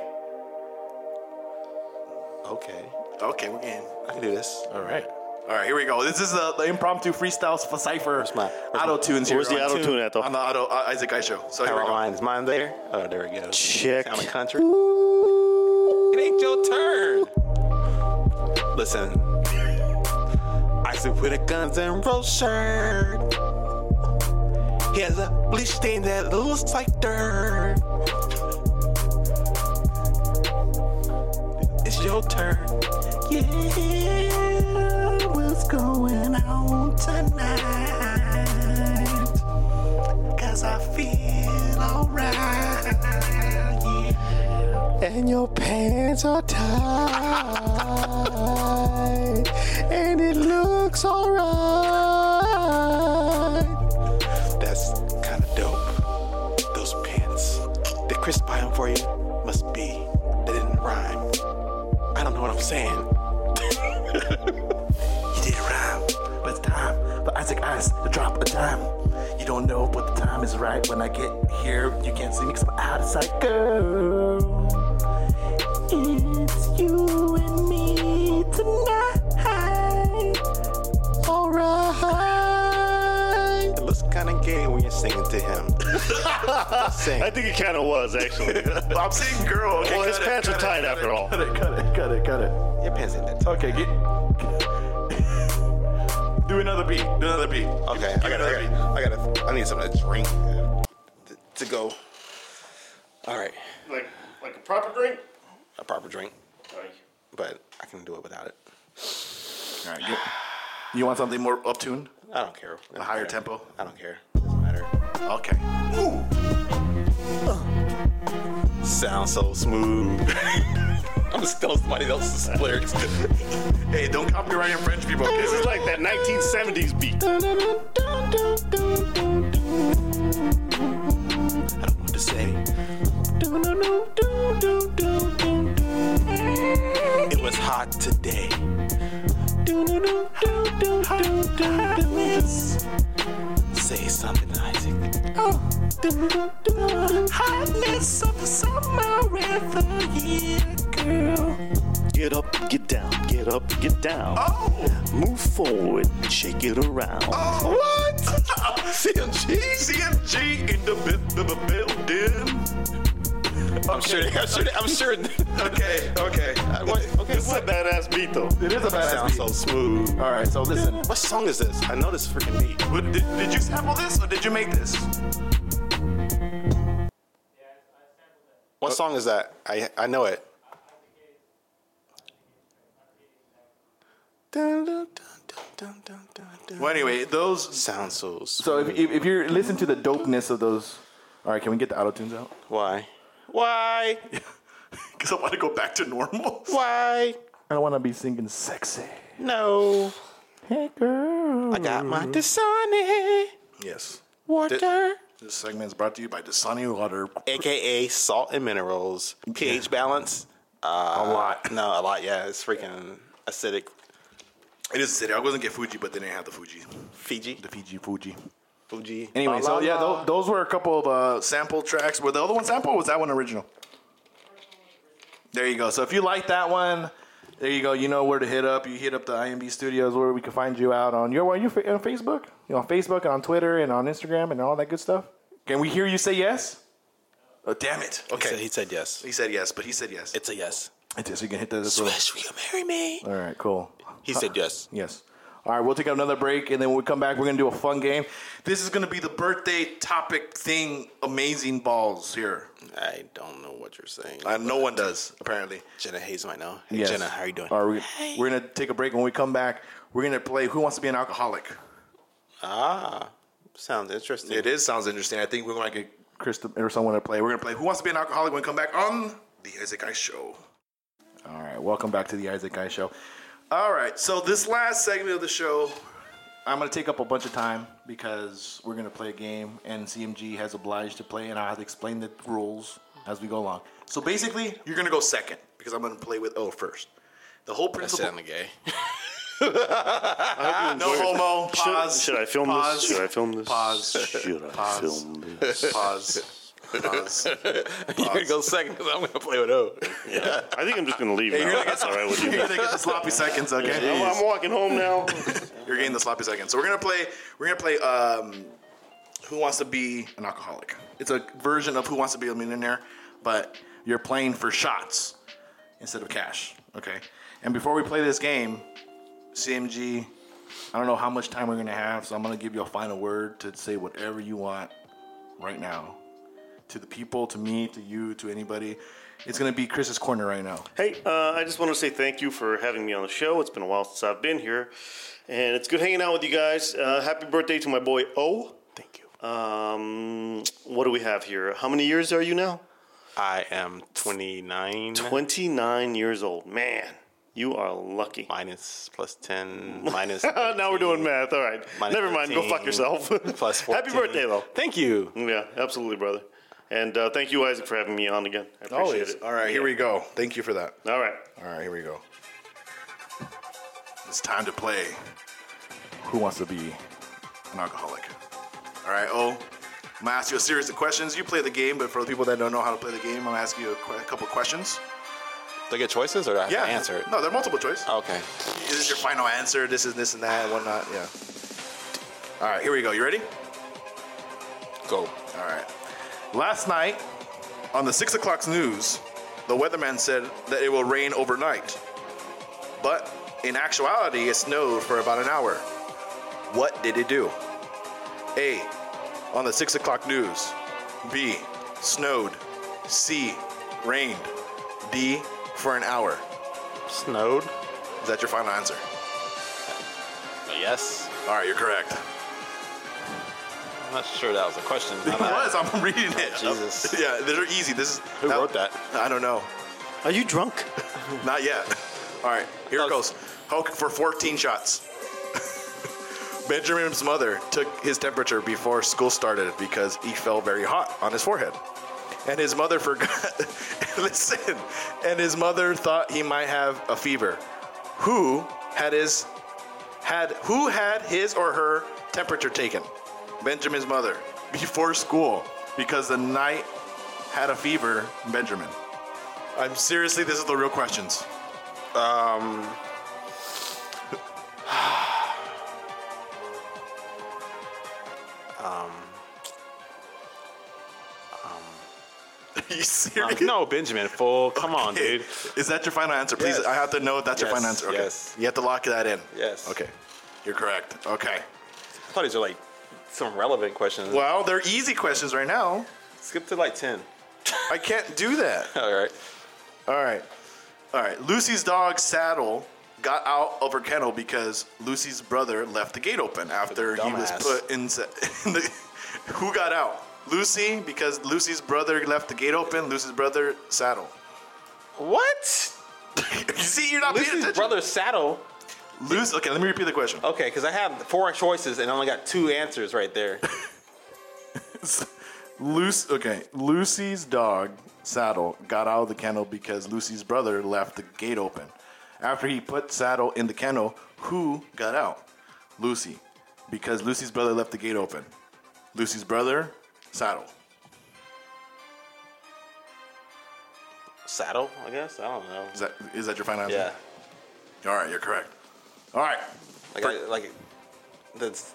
Okay. Okay, we're in. I can do this. All right. All right, here we go. This is uh, the, the impromptu freestyles for Cypher my- where's my- auto tunes here. Where's the on auto tune at though? On the auto uh, Isaac I show. So here we Power go. line. Is mine there? Oh, there we go. Check. Sound like country. It ain't your turn. Listen. Ice Sexy with a Guns N' Roses shirt. He has a bleach stain that looks like dirt. It's your turn. Yeah, what's going on tonight? Cause I feel alright. Yeah. And your pants are tight. and it looks alright. That's kind of dope. Those pants. Did Chris buy them for you? Must be. They didn't rhyme. I don't know what I'm saying. you did rhyme, but it's time for Isaac Ice to drop a dime. You don't know what the time is right when I get here. You can't see me because I'm out of sight, girl. It's you and me tonight. Alright. It looks kind of gay when you're singing to him. Just saying. I think it kind of was actually. I'm saying girl. okay, well, his cut it, pants were cut it, tight cut after it. all. Cut it, cut it, cut it, cut it. Your pants ain't that tight. Okay, get. Do another beat. Do another beat. Okay, I gotta, I gotta, I gotta, I need something to drink uh, to, to go. All right, Like, like a proper drink. a proper drink, Like, but I can do it without it. All right, you, you want something more up tuned? I don't care. I don't higher care. tempo? I don't care. Doesn't matter. Okay. Sounds so smooth. I'm just telling somebody else's lyrics. Hey, don't copyright your French people. This is like that 1970s beat. I don't know what to say. It was hot today. Say something, Isaac. Oh, hotness of the summer and the year, girl. Get up, get down, get up, get down. Move forward, shake it around. What? CMG? CMG in the building. I'm sure. I'm sure. I'm sure. okay, okay. I- what- okay. This is a badass beat though. It is a badass Sounds beat. so smooth. All right, so listen. What song is this? I know this freaking beat. But did, did you sample this or did you make this? What song is that? I I know it. Dun, dun, dun, dun, dun, dun, dun. Well, anyway, those. Sounds so smooth. So if, if, if you're listening to the dopeness of those, all right, can we get the auto tunes out? Why? Why? Because I want to go back to normal. Why? I don't want to be singing sexy. No. Hey girl. I got my Dasani Yes. water. This segment is brought to you by Dasani Water. aka salt and minerals, pH balance. a lot. No, a lot. Yeah, it's freaking acidic. It is city. I wasn't get Fuji, but they didn't have the Fuji. Fiji, The Fiji Fuji. Fuji. Anyway, so yeah, tho- those were a couple of uh, Sample tracks. Were the other one sample or was that one original? There you go. So if you like that one, there you go. You know where to hit up. You hit up the IMB Studios where we can find you out on your where you fa- on Facebook, you on Facebook and on Twitter and on Instagram and all that good stuff. Can we hear you say yes? Oh, damn it. Okay. So he said yes. He said yes, but he said yes. It's a yes. It is. You can hit that as well. Wish will you marry me? All right, cool. He said yes. Yes. All right, we'll take another break, and then when we come back, we're gonna do a fun game. This is gonna be the birthday topic thing. Amazing balls here. I don't know what you're saying. Uh, no one does apparently. Jenna Hayes might know. Hey, Yes. Jenna, how are you doing? All right, we, We're gonna take a break. When we come back, we're gonna play Who Wants to Be an Alcoholic. Ah, sounds interesting. It is sounds interesting. I think we're gonna get Krista or someone to play. we're gonna play Who Wants to Be an Alcoholic when we come back on the Isaac Ice Show. All right, welcome back to the Isaac Guy Show. All right, so this last segment of the show, I'm gonna take up a bunch of time because we're gonna play a game, and CMG has obliged to play, and I have to explain the rules as we go along. so basically you're gonna go second because I'm gonna play with O first. The whole That's principle. sounding gay. No homo. Pause. Should, should I film Pause. this? Should I film this? Pause. Should I Pause. film this? Pause. Pause. You're gonna go second because I'm gonna play with O. Yeah. I think I'm just gonna leave You're now. gonna That's get, all right with you. you're gonna get the sloppy seconds, okay? I'm, I'm walking home now. You're getting the sloppy seconds. So we're gonna play. We're gonna play. Um, Who wants to be an alcoholic? It's a version of Who wants to be a millionaire, but you're playing for shots instead of cash. Okay. And before we play this game, CMG I don't know how much time we're gonna have, so I'm gonna give you a final word to say whatever you want right now. To the people, to me, to you, to anybody. It's gonna be Chris's corner right now. Hey, uh, I just want to say thank you for having me on the show. It's been a while since I've been here, and it's good hanging out with you guys. Uh, happy birthday to my boy O. Thank you. Um, what do we have here? How many years are you now? I am 29 29 years old. Man, you are lucky. minus plus 10 minus. Uh, now we're doing math. All right. Minus Never mind. Go 13, fuck yourself. plus 14. Happy birthday, though. Thank you. Yeah, absolutely, brother. And uh, thank you, Isaac, for having me on again. I appreciate it. All right, here we go. Thank you for that. All right. All right, here we go. It's time to play. Who wants to be an alcoholic? All right, oh, I'm gonna ask you a series of questions. You play the game, but for the people that don't know how to play the game, I'm gonna ask you a, qu- a couple questions. Do I get choices or do I have to answer it? No, they're multiple choice. Okay. This is your final answer. This is this and that and whatnot. Yeah. All right, here we go. You ready? Go. All right. Last night, on the six o'clock news, the weatherman said that it will rain overnight, but in actuality, it snowed for about an hour. What did it do? A. On the six o'clock news. B. Snowed. C. Rained. D. For an hour. Snowed. Is that your final answer? Yes. All right, you're correct. I'm not sure that was a question. It was. I'm reading it. Jesus. Yeah, these are easy. This is Who wrote that? I don't know. Are you drunk? Not yet. All right, here it That was- goes. Hulk for 14 shots. Benjamin's mother took his temperature before school started because he felt very hot on his forehead. And his mother forgot. Listen. And his mother thought he might have a fever. Who had his had who had his or her temperature taken? Benjamin's mother before school because the night had a fever, Benjamin. I'm seriously, this is the real questions. Um, um, Are you Um, serious? no, Benjamin. Full. Come on, Okay. dude. Is that your final answer? Please, Yes. I have to know if that's your Yes, final answer. Okay. yes. You have to lock that in. Yes. Okay. You're correct. Okay. I thought these are like some relevant questions. Well, they're easy questions right now. Skip to like 10. I can't do that. All right. All right. All right. Lucy's dog Saddle got out of her kennel because Lucy's brother left the gate open after he was Dumbass. put in, in the. Who got out? Lucy, because Lucy's brother left the gate open. Lucy's brother Saddle. What? you see, you're not paying Lucy's attention. brother Saddle. Lucy. Okay, let me repeat the question. Okay, because I have four choices and I only got two answers right there. Lucy, okay, Lucy's dog Saddle got out of the kennel because Lucy's brother left the gate open. After he put Saddle in the kennel, who got out? Lucy, because Lucy's brother left the gate open. Lucy's brother, Saddle. Saddle, I guess. I don't know. Is that is that your final answer? Yeah. All right, you're correct. All right, Like, I, like that's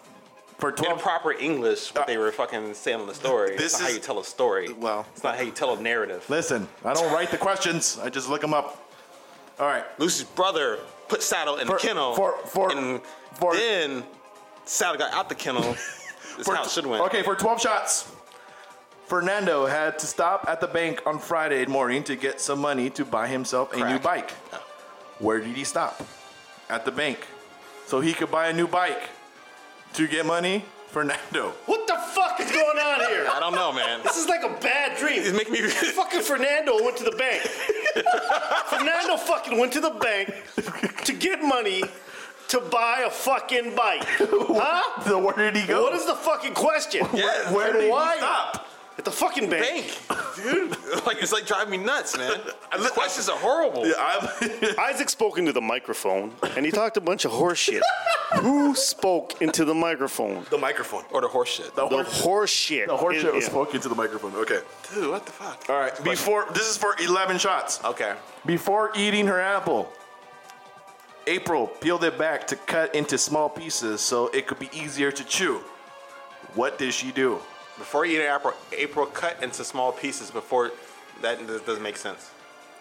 for twelve. improper English what they were fucking saying on the story. This This not is- how you tell a story. well- it's not how you tell a narrative. Listen, I don't write the questions. I just look them up. All right, Lucy's brother put Saddle in For- the kennel. for- for- and for- then Saddle got out the kennel. That's For- how it should win. Okay, for 12 shots. Fernando had to stop at the bank on Friday morning to get some money to buy himself a new Crack. bike. Where did he stop? At the bank. So he could buy a new bike. To get money, Fernando. What the fuck is going on here? I don't know, man. This is like a bad dream. It's making me. fucking Fernando went to the bank. Fernando fucking went to the bank to get money to buy a fucking bike. Huh? So where did he go? What is the fucking question? Yeah, where did Why? he stop? At the fucking bank. bank, dude. like it's like driving me nuts, man. These questions are horrible. I'm- Isaac spoke into the microphone and he talked a bunch of horseshit. Who spoke into the microphone? the microphone. Or the horse shit. The, The horse, horseshit. the horse is- shit was yeah. spoken to the microphone. Okay. Dude, what the fuck? All right. Before this is for 11 shots. Okay. Before eating her apple, April peeled it back to cut into small pieces so it could be easier to chew. What did she do? Before you eat an apple, April cut into small pieces before that doesn't make sense.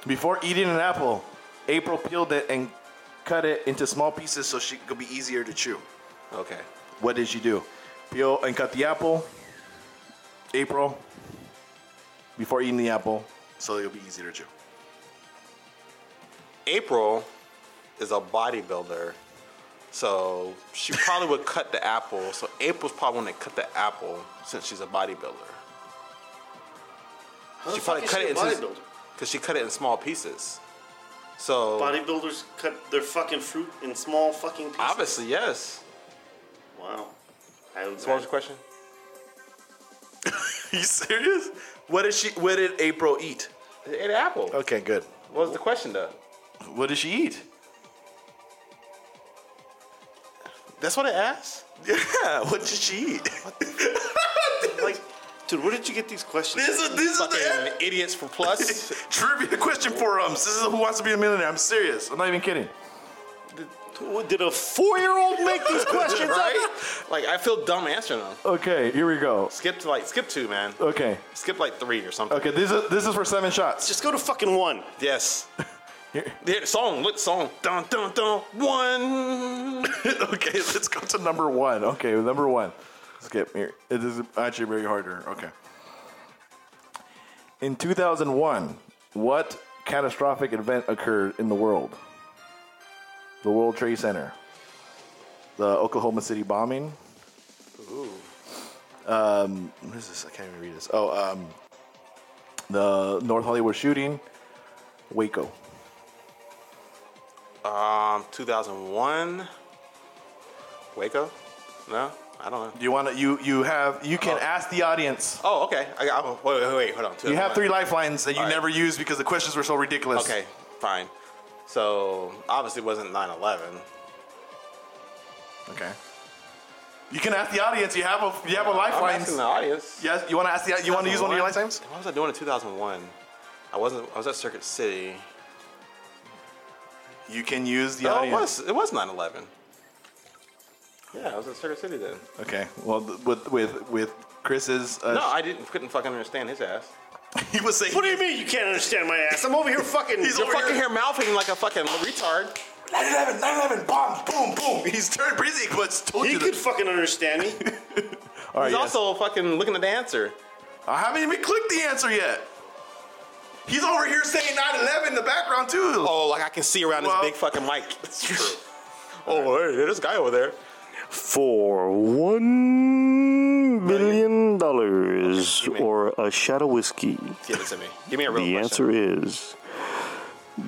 Before eating an apple, April peeled it and cut it into small pieces so she could be easier to chew. Okay. What did she do? Peel and cut the apple. April. Before eating the apple, so it'll be easier to chew. April is a bodybuilder, so she probably would cut the apple. So April's probably going to cut the apple since she's a bodybuilder. How She probably cut it bodybuilder. because she cut it in small pieces. So Bodybuilders cut their fucking fruit in small fucking pieces. obviously, yes. Wow. I, So what was your question? Are you serious? What did she? What did April eat? It ate an apple. Okay, good. What was the question though? What did she eat? That's what I asked. Yeah, what did she eat? like, dude, where did you get these questions? this is this is the Fucking idiots for plus. trivia question forums. This is who wants to be a millionaire. I'm serious. I'm not even kidding. did a four-year-old make these questions right? Like I feel dumb answering them. Okay, here we go. Skip to like skip two, man. Okay, Skip like three or something. okay. This is this is for seven shots. Just go to fucking one. Yes. Here, song, look, song. Dun dun dun. One. okay, let's go to number one. Okay, number one. Skip here. It is actually very harder. Okay. In 2001, what catastrophic event occurred in the world? The World Trade Center, the Oklahoma City bombing. Ooh. Um, what is this? I can't even read this. Oh, um, the North Hollywood shooting, Waco. Um, 2001. Waco. No, I don't know. You want to? You you have? You can ask the audience. Oh, okay. I got. oh, Wait, wait, wait. Hold on. You have 2001. three lifelines that you All right. never use because the questions were so ridiculous. Okay, fine. So obviously, it wasn't 9/11. Okay. You can ask the audience. You have a you have a I'm lifeline. asking the audience. Yes. You want to ask the you want to use one of your 2001? lifelines? What was I doing in 2001? I wasn't. I was at Circuit City. You can use the No, it audience. was. It was 9/11. Yeah, I was at Circuit City then. Okay. Well, th- with with with Chris's. Uh, No, I didn't. Couldn't fucking understand his ass. he was saying. What do you mean you can't understand my ass? I'm over here fucking. You're fucking here mouthing like a fucking retard. 9/11, 9/11, bombs, boom, boom. He's turned busy, but told He you. could that- fucking understand me. All right, He's yes. Uh, also fucking looking at the answer. I haven't even clicked the answer yet. He's over here saying 9/11 in the background too. Oh, like I can see around Well- this big fucking mic. That's true. oh, hey, there's this guy over there. For one billion dollars You may- or a shot of whiskey, Give it to me. Give me a real the question. answer is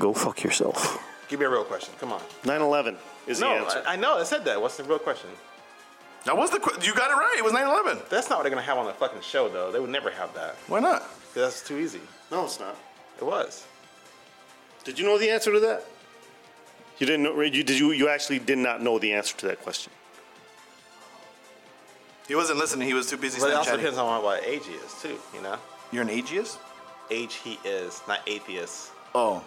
go fuck yourself. Give me a real question. Come on. 9/11 is No, the answer. I, I know. I said that. What's the real question? That was the que- you got it right. It was 9/11. That's not what they're gonna have on the fucking show, though. They would never have that. Why not? 'Cause That's too easy. no, it's not. It was. Did you know the answer to that? You didn't know. You did. You you actually did not know the answer to that question. He wasn't listening. He was too busy But it also Snapchatting. depends on what age he is, too. You know, You're an ageist? age he is, not atheist. Oh,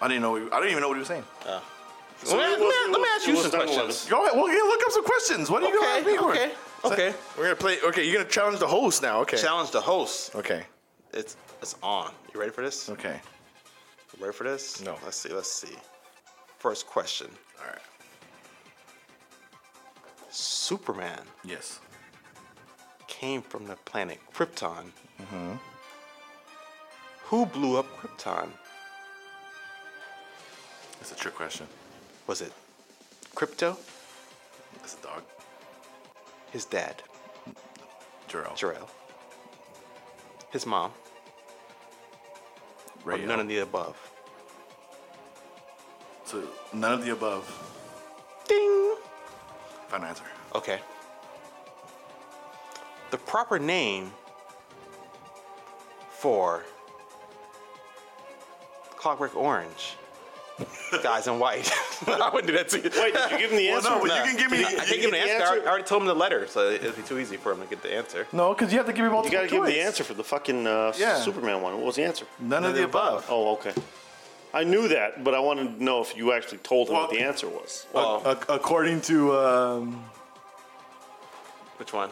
I didn't know. What, I don't even know what he was saying. So let, it me, let me- was- it let me was- ask it you was some done eleven. questions. Go ahead. Well, yeah, look up some questions. What are you Okay, going to ask me okay, for? So- okay. we're gonna play. Okay, you're gonna challenge the host now. Okay. Challenge the host. okay. It's it's on. You ready for this? Okay. You ready for this? No. Let's see. Let's see. First question. All right. Superman Yes. came from the planet Krypton. Mm-hmm. Who blew up Krypton? That's a trick question. Was it Crypto? That's a dog. His dad, Jarrell. Jor-El. His mom, or Rayo. none of the above. So none of the above. Ding. Final answer. Okay. The proper name for Clockwork Orange. Guys in white. I wouldn't do that to you. Wait, did you give him the answer? no, but you can give me. I can't you- give him the get the answer. I answer? I already told him the letter, so it'd be too easy for him to get the answer. Uh, no, because you have to give me You multiple gotta give choice. the answer for the fucking uh, Yeah. Superman one. What was the answer? None of the above. Oh, okay. I knew that, but I wanted to know if you actually told him what Well- the answer was. Well, uh, Ac- according to um, which one?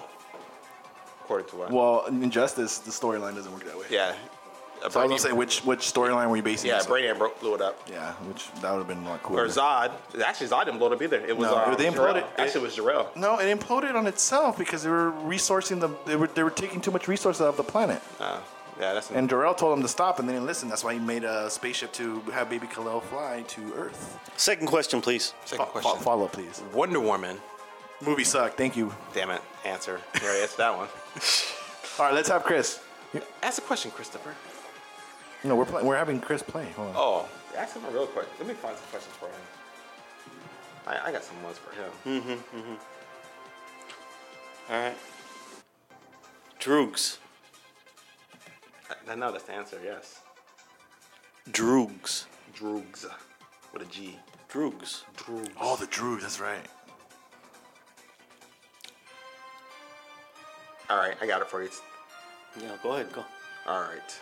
According to what? well, Injustice, the storyline doesn't work that way. yeah. So Uh, I was Brady, gonna say which which storyline were you basing? yeah, this on? Brady broke, blew it up. Yeah, which that would have been like cool. Or Zod. Actually, Zod didn't blow it up either. It was No, uh, they imploded. Jarrell. Actually, it was Jarrell. No, it imploded on itself because they were resourcing the they were they were taking too much resources out of the planet. Uh, yeah, that's And Darrell told him to stop, and they didn't listen. That's why he made a spaceship to have baby Kal-El fly to Earth. Second question, please. second Fo- fo- question. follow, please. Wonder Woman. Movie sucked. Thank you. Damn it. Answer. Yeah, it's that one. All right, let's have Chris. Ask a question, Christopher. No, we're play- we're having Chris play. Hold on. Oh, ask him a real quick. Let me find some questions for him. I, I got some ones for him. All right. Droogs. I, I know that's the answer. Yes. Droogs. Droogs. With a G. Droogs. Droogs. Oh, the Drew. That's right. All right, I got it for you. Yeah, go ahead, go. All right.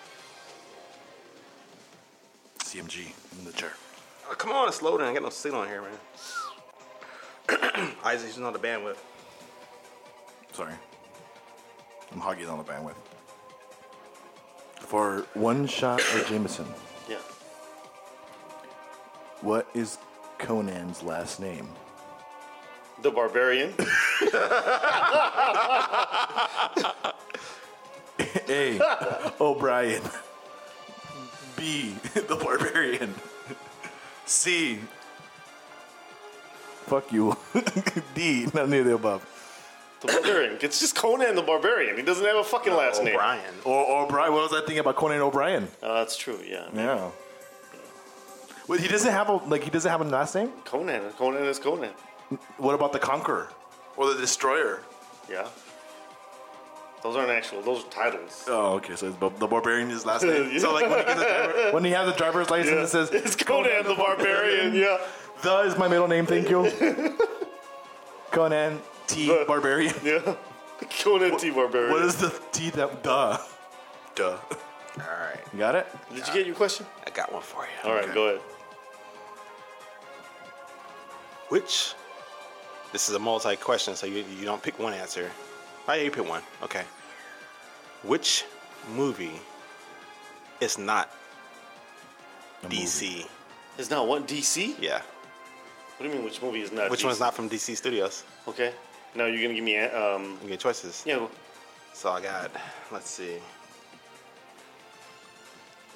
CMG in the chair. Oh, come on, it's loading. I got no signal in here, man. Isaac's not the bandwidth. Sorry. I'm hogging on the bandwidth. For one shot of Jameson, Yeah. what is Conan's last name? The Barbarian. A. O'Brien. B. The Barbarian. C. Fuck you. D. None of the above. the Barbarian. It's just Conan the Barbarian. He doesn't have a fucking last name. Uh, O'Brien. Or O'Brien. What was I thinking about Conan O'Brien? that's true. Yeah. Yeah. Wait, he doesn't have a like. He doesn't have a last name. Conan. Conan is Conan. What about the Conqueror or the Destroyer? Yeah. Those aren't actual. Those are titles. Oh, okay. So it's Bar- the Barbarian is last name. So like when he, gets a driver, when he has a driver's license, Yeah. it says it's Conan the Barbarian. Yeah. "The" is my middle name. Thank you. Conan T The- Barbarian. Yeah. Conan T Barbarian. What is the T that duh? Duh. All right, You got it? Did you get your question? I got one for you. All right. Go ahead. Which? This is a multi question, so you, you don't pick one answer. Oh, yeah, you pick one. Okay. Which movie is not DC? It's not what DC. Yeah. What do you mean? Which movie is not? Which DC? one's not from DC Studios? Okay. Now you're gonna give me. a- Um. You get choices. Yeah. well, So I got, let's see.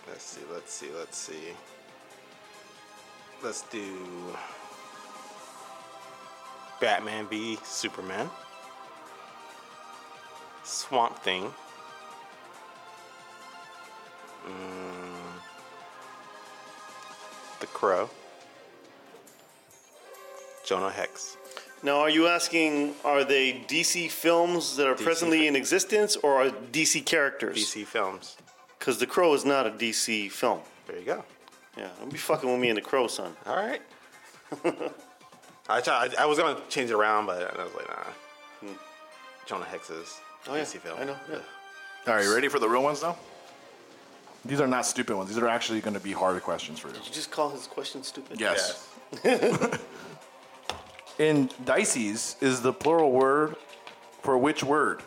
Let's see, let's see, let's see. Let's do Batman v Superman, Swamp Thing, Mm, The Crow, Jonah Hex. Now, are you asking? Are they DC films that are presently in existence, or are DC characters? DC Films. Because The Crow is not a DC film. There you go. Yeah. Don't be fucking with me in The Crow, son. All right. I tried. I, I was gonna change it around, but I was like, nah. Hmm. Jonah Hex is Oh yeah. DC film. I know. Yeah. All right. You ready for the real ones now? These are not stupid ones. These are actually going to be hard questions for you. You just call his question stupid. Yes. In dices is the plural word for which word?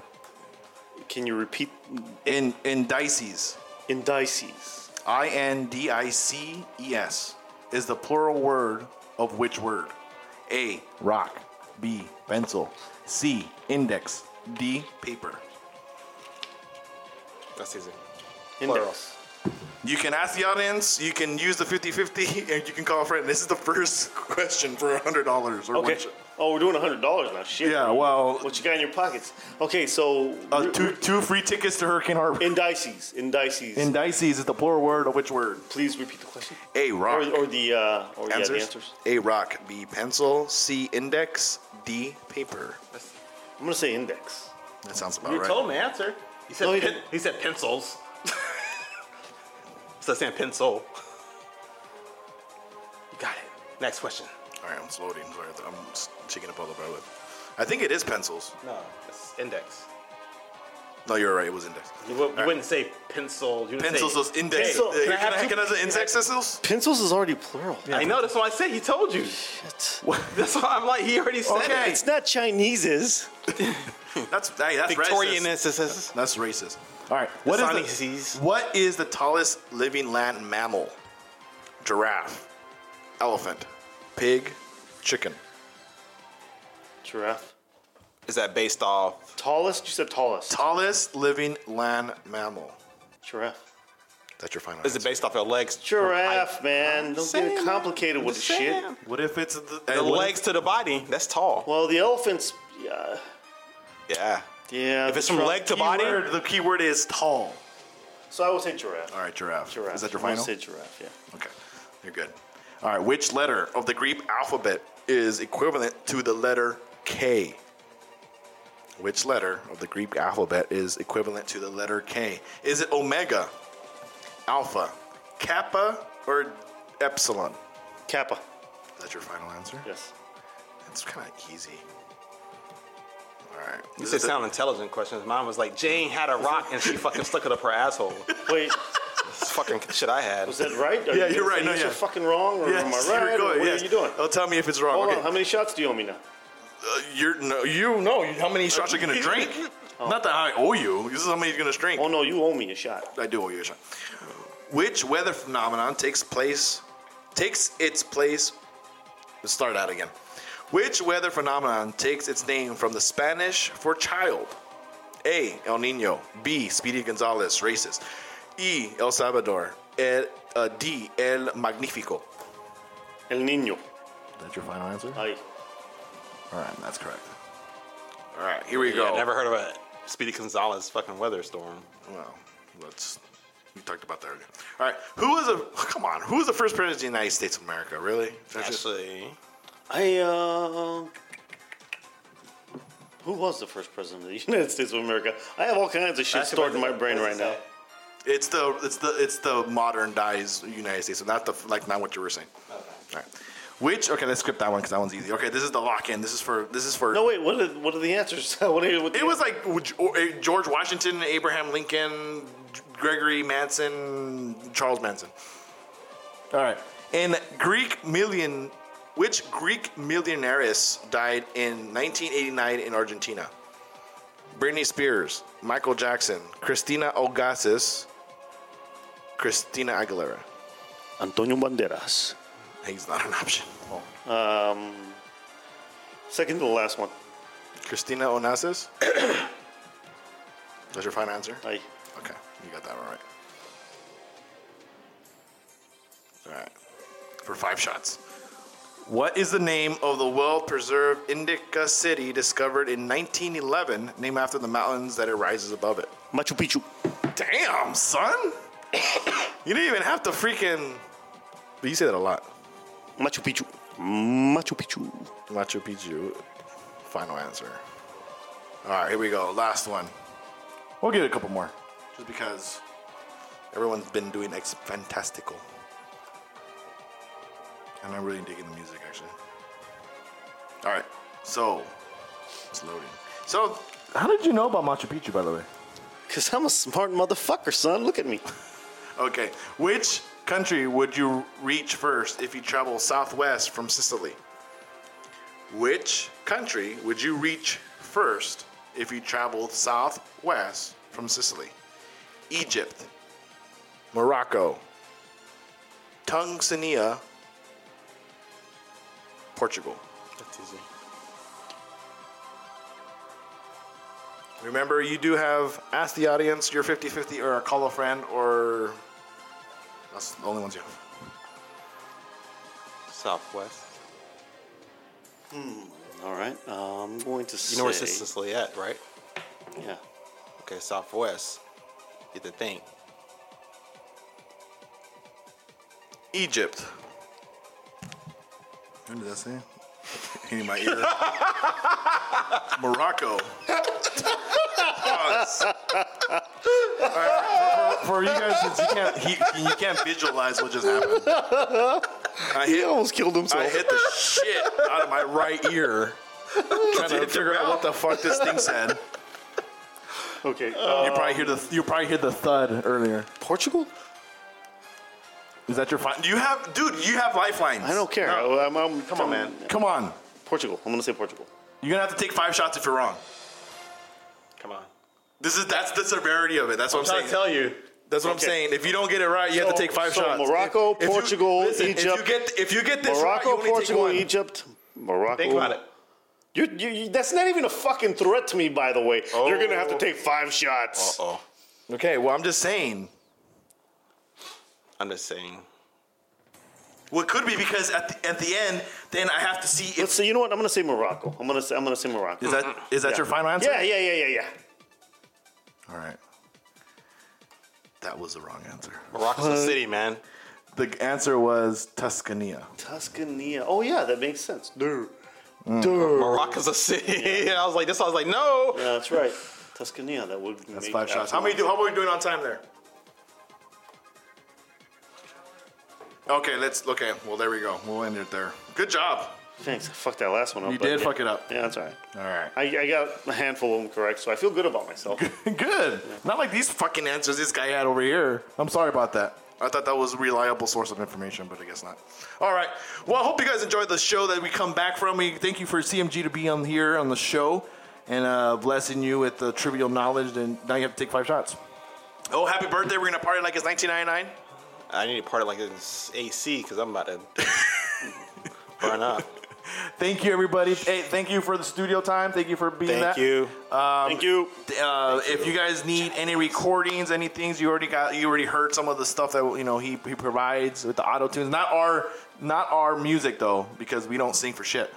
Can you repeat In in dices. indices? I N D I C E S is the plural word of which word? A. Rock. B. Pencil. C. Index. D. Paper. That's easy. Index. You can ask the audience, you can use the 50 50, and you can call a friend. This is the first question for $100 or Okay. Oh, we're doing hundred dollars now. Shit. Yeah, well, What you got in your pockets? Okay, so uh, two, two free tickets to Hurricane Harbor. indices. Indices. Indices is the plural word of which word? Please repeat the question. A Or, rock. or the uh, or yeah, the answers? answers. A rock. B pencil. C index. D paper. I'm gonna say index. That sounds about You right. told me answer. He said. No, he pen- didn't. he said pencils. so saying pencil. You got it. Next question. All right, I'm just loading. Sorry, I'm just checking up all the bandwidth. I think it is pencils. No, it's index. No, you're right. It was index. You, wou- you wouldn't say pencil. You would Pencils, say, those index. Hey, uh, can I have two- can I have the index thistles? Pencils is already plural. I know. That's what I said. He told you. Shit. That's why I'm like. He already said. Okay. it. It's not Chinese's. That's hey, that's Victorian racist. instances. That's racist. All right. What is Sonny the- sees. What is the tallest living land mammal? Giraffe, elephant, pig, chicken. Giraffe. Is that based off? Tallest? You said tallest. Tallest living land mammal. Giraffe. That's your final. Is it answer. based off your legs? Giraffe, man. Don't get it complicated with the shit. What if it's the, The legs to the body. That's tall. Well, the elephants. Yeah. Yeah. Yeah. If it's from giraffe- leg to key body, word. The key word is tall. So I would say giraffe. All right, giraffe. Giraffe. Is that your I would final? say giraffe. Yeah. Okay, you're good. All right, which letter of the Greek alphabet is equivalent to the letter K? Which letter of the Greek alphabet is equivalent to the letter K? Is it omega, alpha, kappa, or epsilon? Kappa. Is that your final answer? Yes. It's kind of easy. All right. You This said is the- sound intelligent questions. Mine was like Jane had a rock and she fucking stuck it up her asshole. Wait, That's fucking shit I had. was that right? Are Yeah, you you're right. Are No, you yeah. fucking wrong, or am Yes, I right? you're or good. what yes. are you doing? Oh, tell me if it's wrong. Hold okay. on. How many shots do you owe me now? Uh, you're no, you know how many shots you're gonna drink. Not that I owe you. This is how many you're gonna drink. Oh no, you owe me a shot. I do owe you a shot. Which weather phenomenon takes place takes its place? Let's start out again. Which weather phenomenon takes its name from the Spanish for child? A. El Nino. B. Speedy Gonzalez, racist. E. El Salvador. El, uh, D. El Magnifico. El Nino. That's your final answer. Ay. All right, that's correct. All right, here we Yeah, go. I never heard of a Speedy Gonzalez fucking weather storm. Well, let's. We talked about that earlier. All right, who was a? Come on, who was the first president of the United States of America? Really? That's it? Actually, I um. Who was the first president of the United States of America? I have all kinds of shit That's stored in what- my brain what right does it now. say? It's the it's the it's the modern dies United States, so not the like not what you were saying. All right. Which okay, let's skip that one because that one's easy. Okay, this is the lock in. This is for this is for. No, wait. What are what are the answers? what are, what the, It was like eh, George Washington, Abraham Lincoln, Gregory Manson, Charles Manson. All right. In Greek million, which Greek millionaires died in 1989 in Argentina? Britney Spears, Michael Jackson, Christina Ogasis, Christina Aguilera. Antonio Banderas. He's not an option. um. Second to the last one. Christina Onassis. That's your final answer. Ay. Okay, you got that one right. All right, for five shots. What is the name of the well-preserved Indica city discovered in 1911, named after the mountains that it rises above it? Machu Picchu. Damn, son! you didn't even have to freaking. But you say that a lot. Machu Picchu. Machu Picchu. Machu Picchu. Final answer. All right, here we go. Last one. We'll get a couple more. just because everyone's been doing ex fantastical. And I'm really digging the music actually. All right, so it's loading. So How did you know about Machu Picchu, by the way? Cause I'm a smart motherfucker, son. Look at me. okay, which country would you reach first if you travel southwest from Sicily? Which country would you reach first if you traveled southwest from Sicily? Egypt, Morocco, Tanzania, Portugal. that's easy. Remember, you do have ask the audience, you're 50 50 or call a friend, or that's the only ones you have. Southwest. All right. uh, I'm going to say. You know where Sicily at, right? Yeah. Okay, Southwest. Get to think. Egypt. What did I say? Hitting my ear. Morocco. For you guys, since you can't. He, you can't visualize what just happened. I hit, Almost killed himself. I hit the shit out of my right ear. Trying to figure out what the fuck this thing said. Okay. uh, You probably hear the. You probably heard the thud earlier. Portugal? Is that your final? You have, dude. You have lifelines. I don't care. I'm, I'm Come on, man. Come on. Portugal. I'm going to say Portugal. You're gonna have to take five shots if you're wrong. Come on. This is that's the severity of it. That's what I'm, trying saying. to tell you. That's what I'm saying. If you don't get it right, you have to So- take five so shots. Morocco, If you- Portugal, If you Egypt, get if you get this right, you Morocco, only Portugal, take one. Egypt, Morocco. Think about it. You, you, you, that's not even a fucking threat to me, by the way. You're gonna Oh. have to take five shots. Oh, Okay, well I'm just saying. I'm just saying. What could be because at the, at the end, then I have to see Let's if say you know what I'm gonna say Morocco. I'm gonna say, I'm gonna say Morocco. is that is that Yeah. your final answer? Yeah, yeah, yeah, yeah, yeah. All right. That was the wrong answer. Morocco's a city, man. The answer was Tuscania. Tuscania. Oh yeah, that makes sense. Dude. Mm. Morocco's a city. I was like, this. I was like, no. Yeah, that's right. Tuscania. That would. That's Five shots. How many? Do, how are we doing on time there? Okay, let's. Okay, well there we go. We'll end it there. Good job. Thanks. I fucked that last one up. You but did yeah. fuck it up. Yeah, that's all right. All right. I, I got a handful of them correct, so I feel good about myself. Good. Not like these fucking answers this guy had over here. I'm sorry about that. I thought that was a reliable source of information, but I guess not. All right. Well, I hope you guys enjoyed the show that we come back from. We thank you for CMG to be on here on the show and uh, blessing you with the trivial knowledge. And now you have to take five shots. Oh, happy birthday! We're gonna party like it's 1999. I need a part of like this AC because I'm about to burn up. Thank you, everybody. Hey, thank you for the studio time. Thank you for being Thank that. um, you. Thank you. uh, if you guys need any recordings, any things, you already got, you already heard some of the stuff that you know he, he provides with the auto tunes. Not our, not our music though, because we don't sing for shit.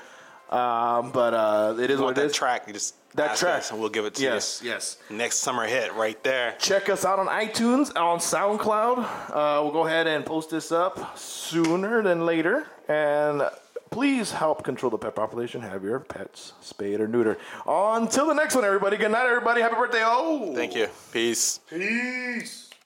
Um, but uh, it is You want what it that is. track? You just That ask track. us and we'll give it to yes, you. yes. Next summer hit right there. Check us out on iTunes, on SoundCloud. Uh, we'll go ahead and post this up sooner than later. And please help control the pet population. Have your pets spayed or neutered. Until the next one, everybody. Good night, everybody. Happy birthday. Oh. Thank you. Peace. Peace.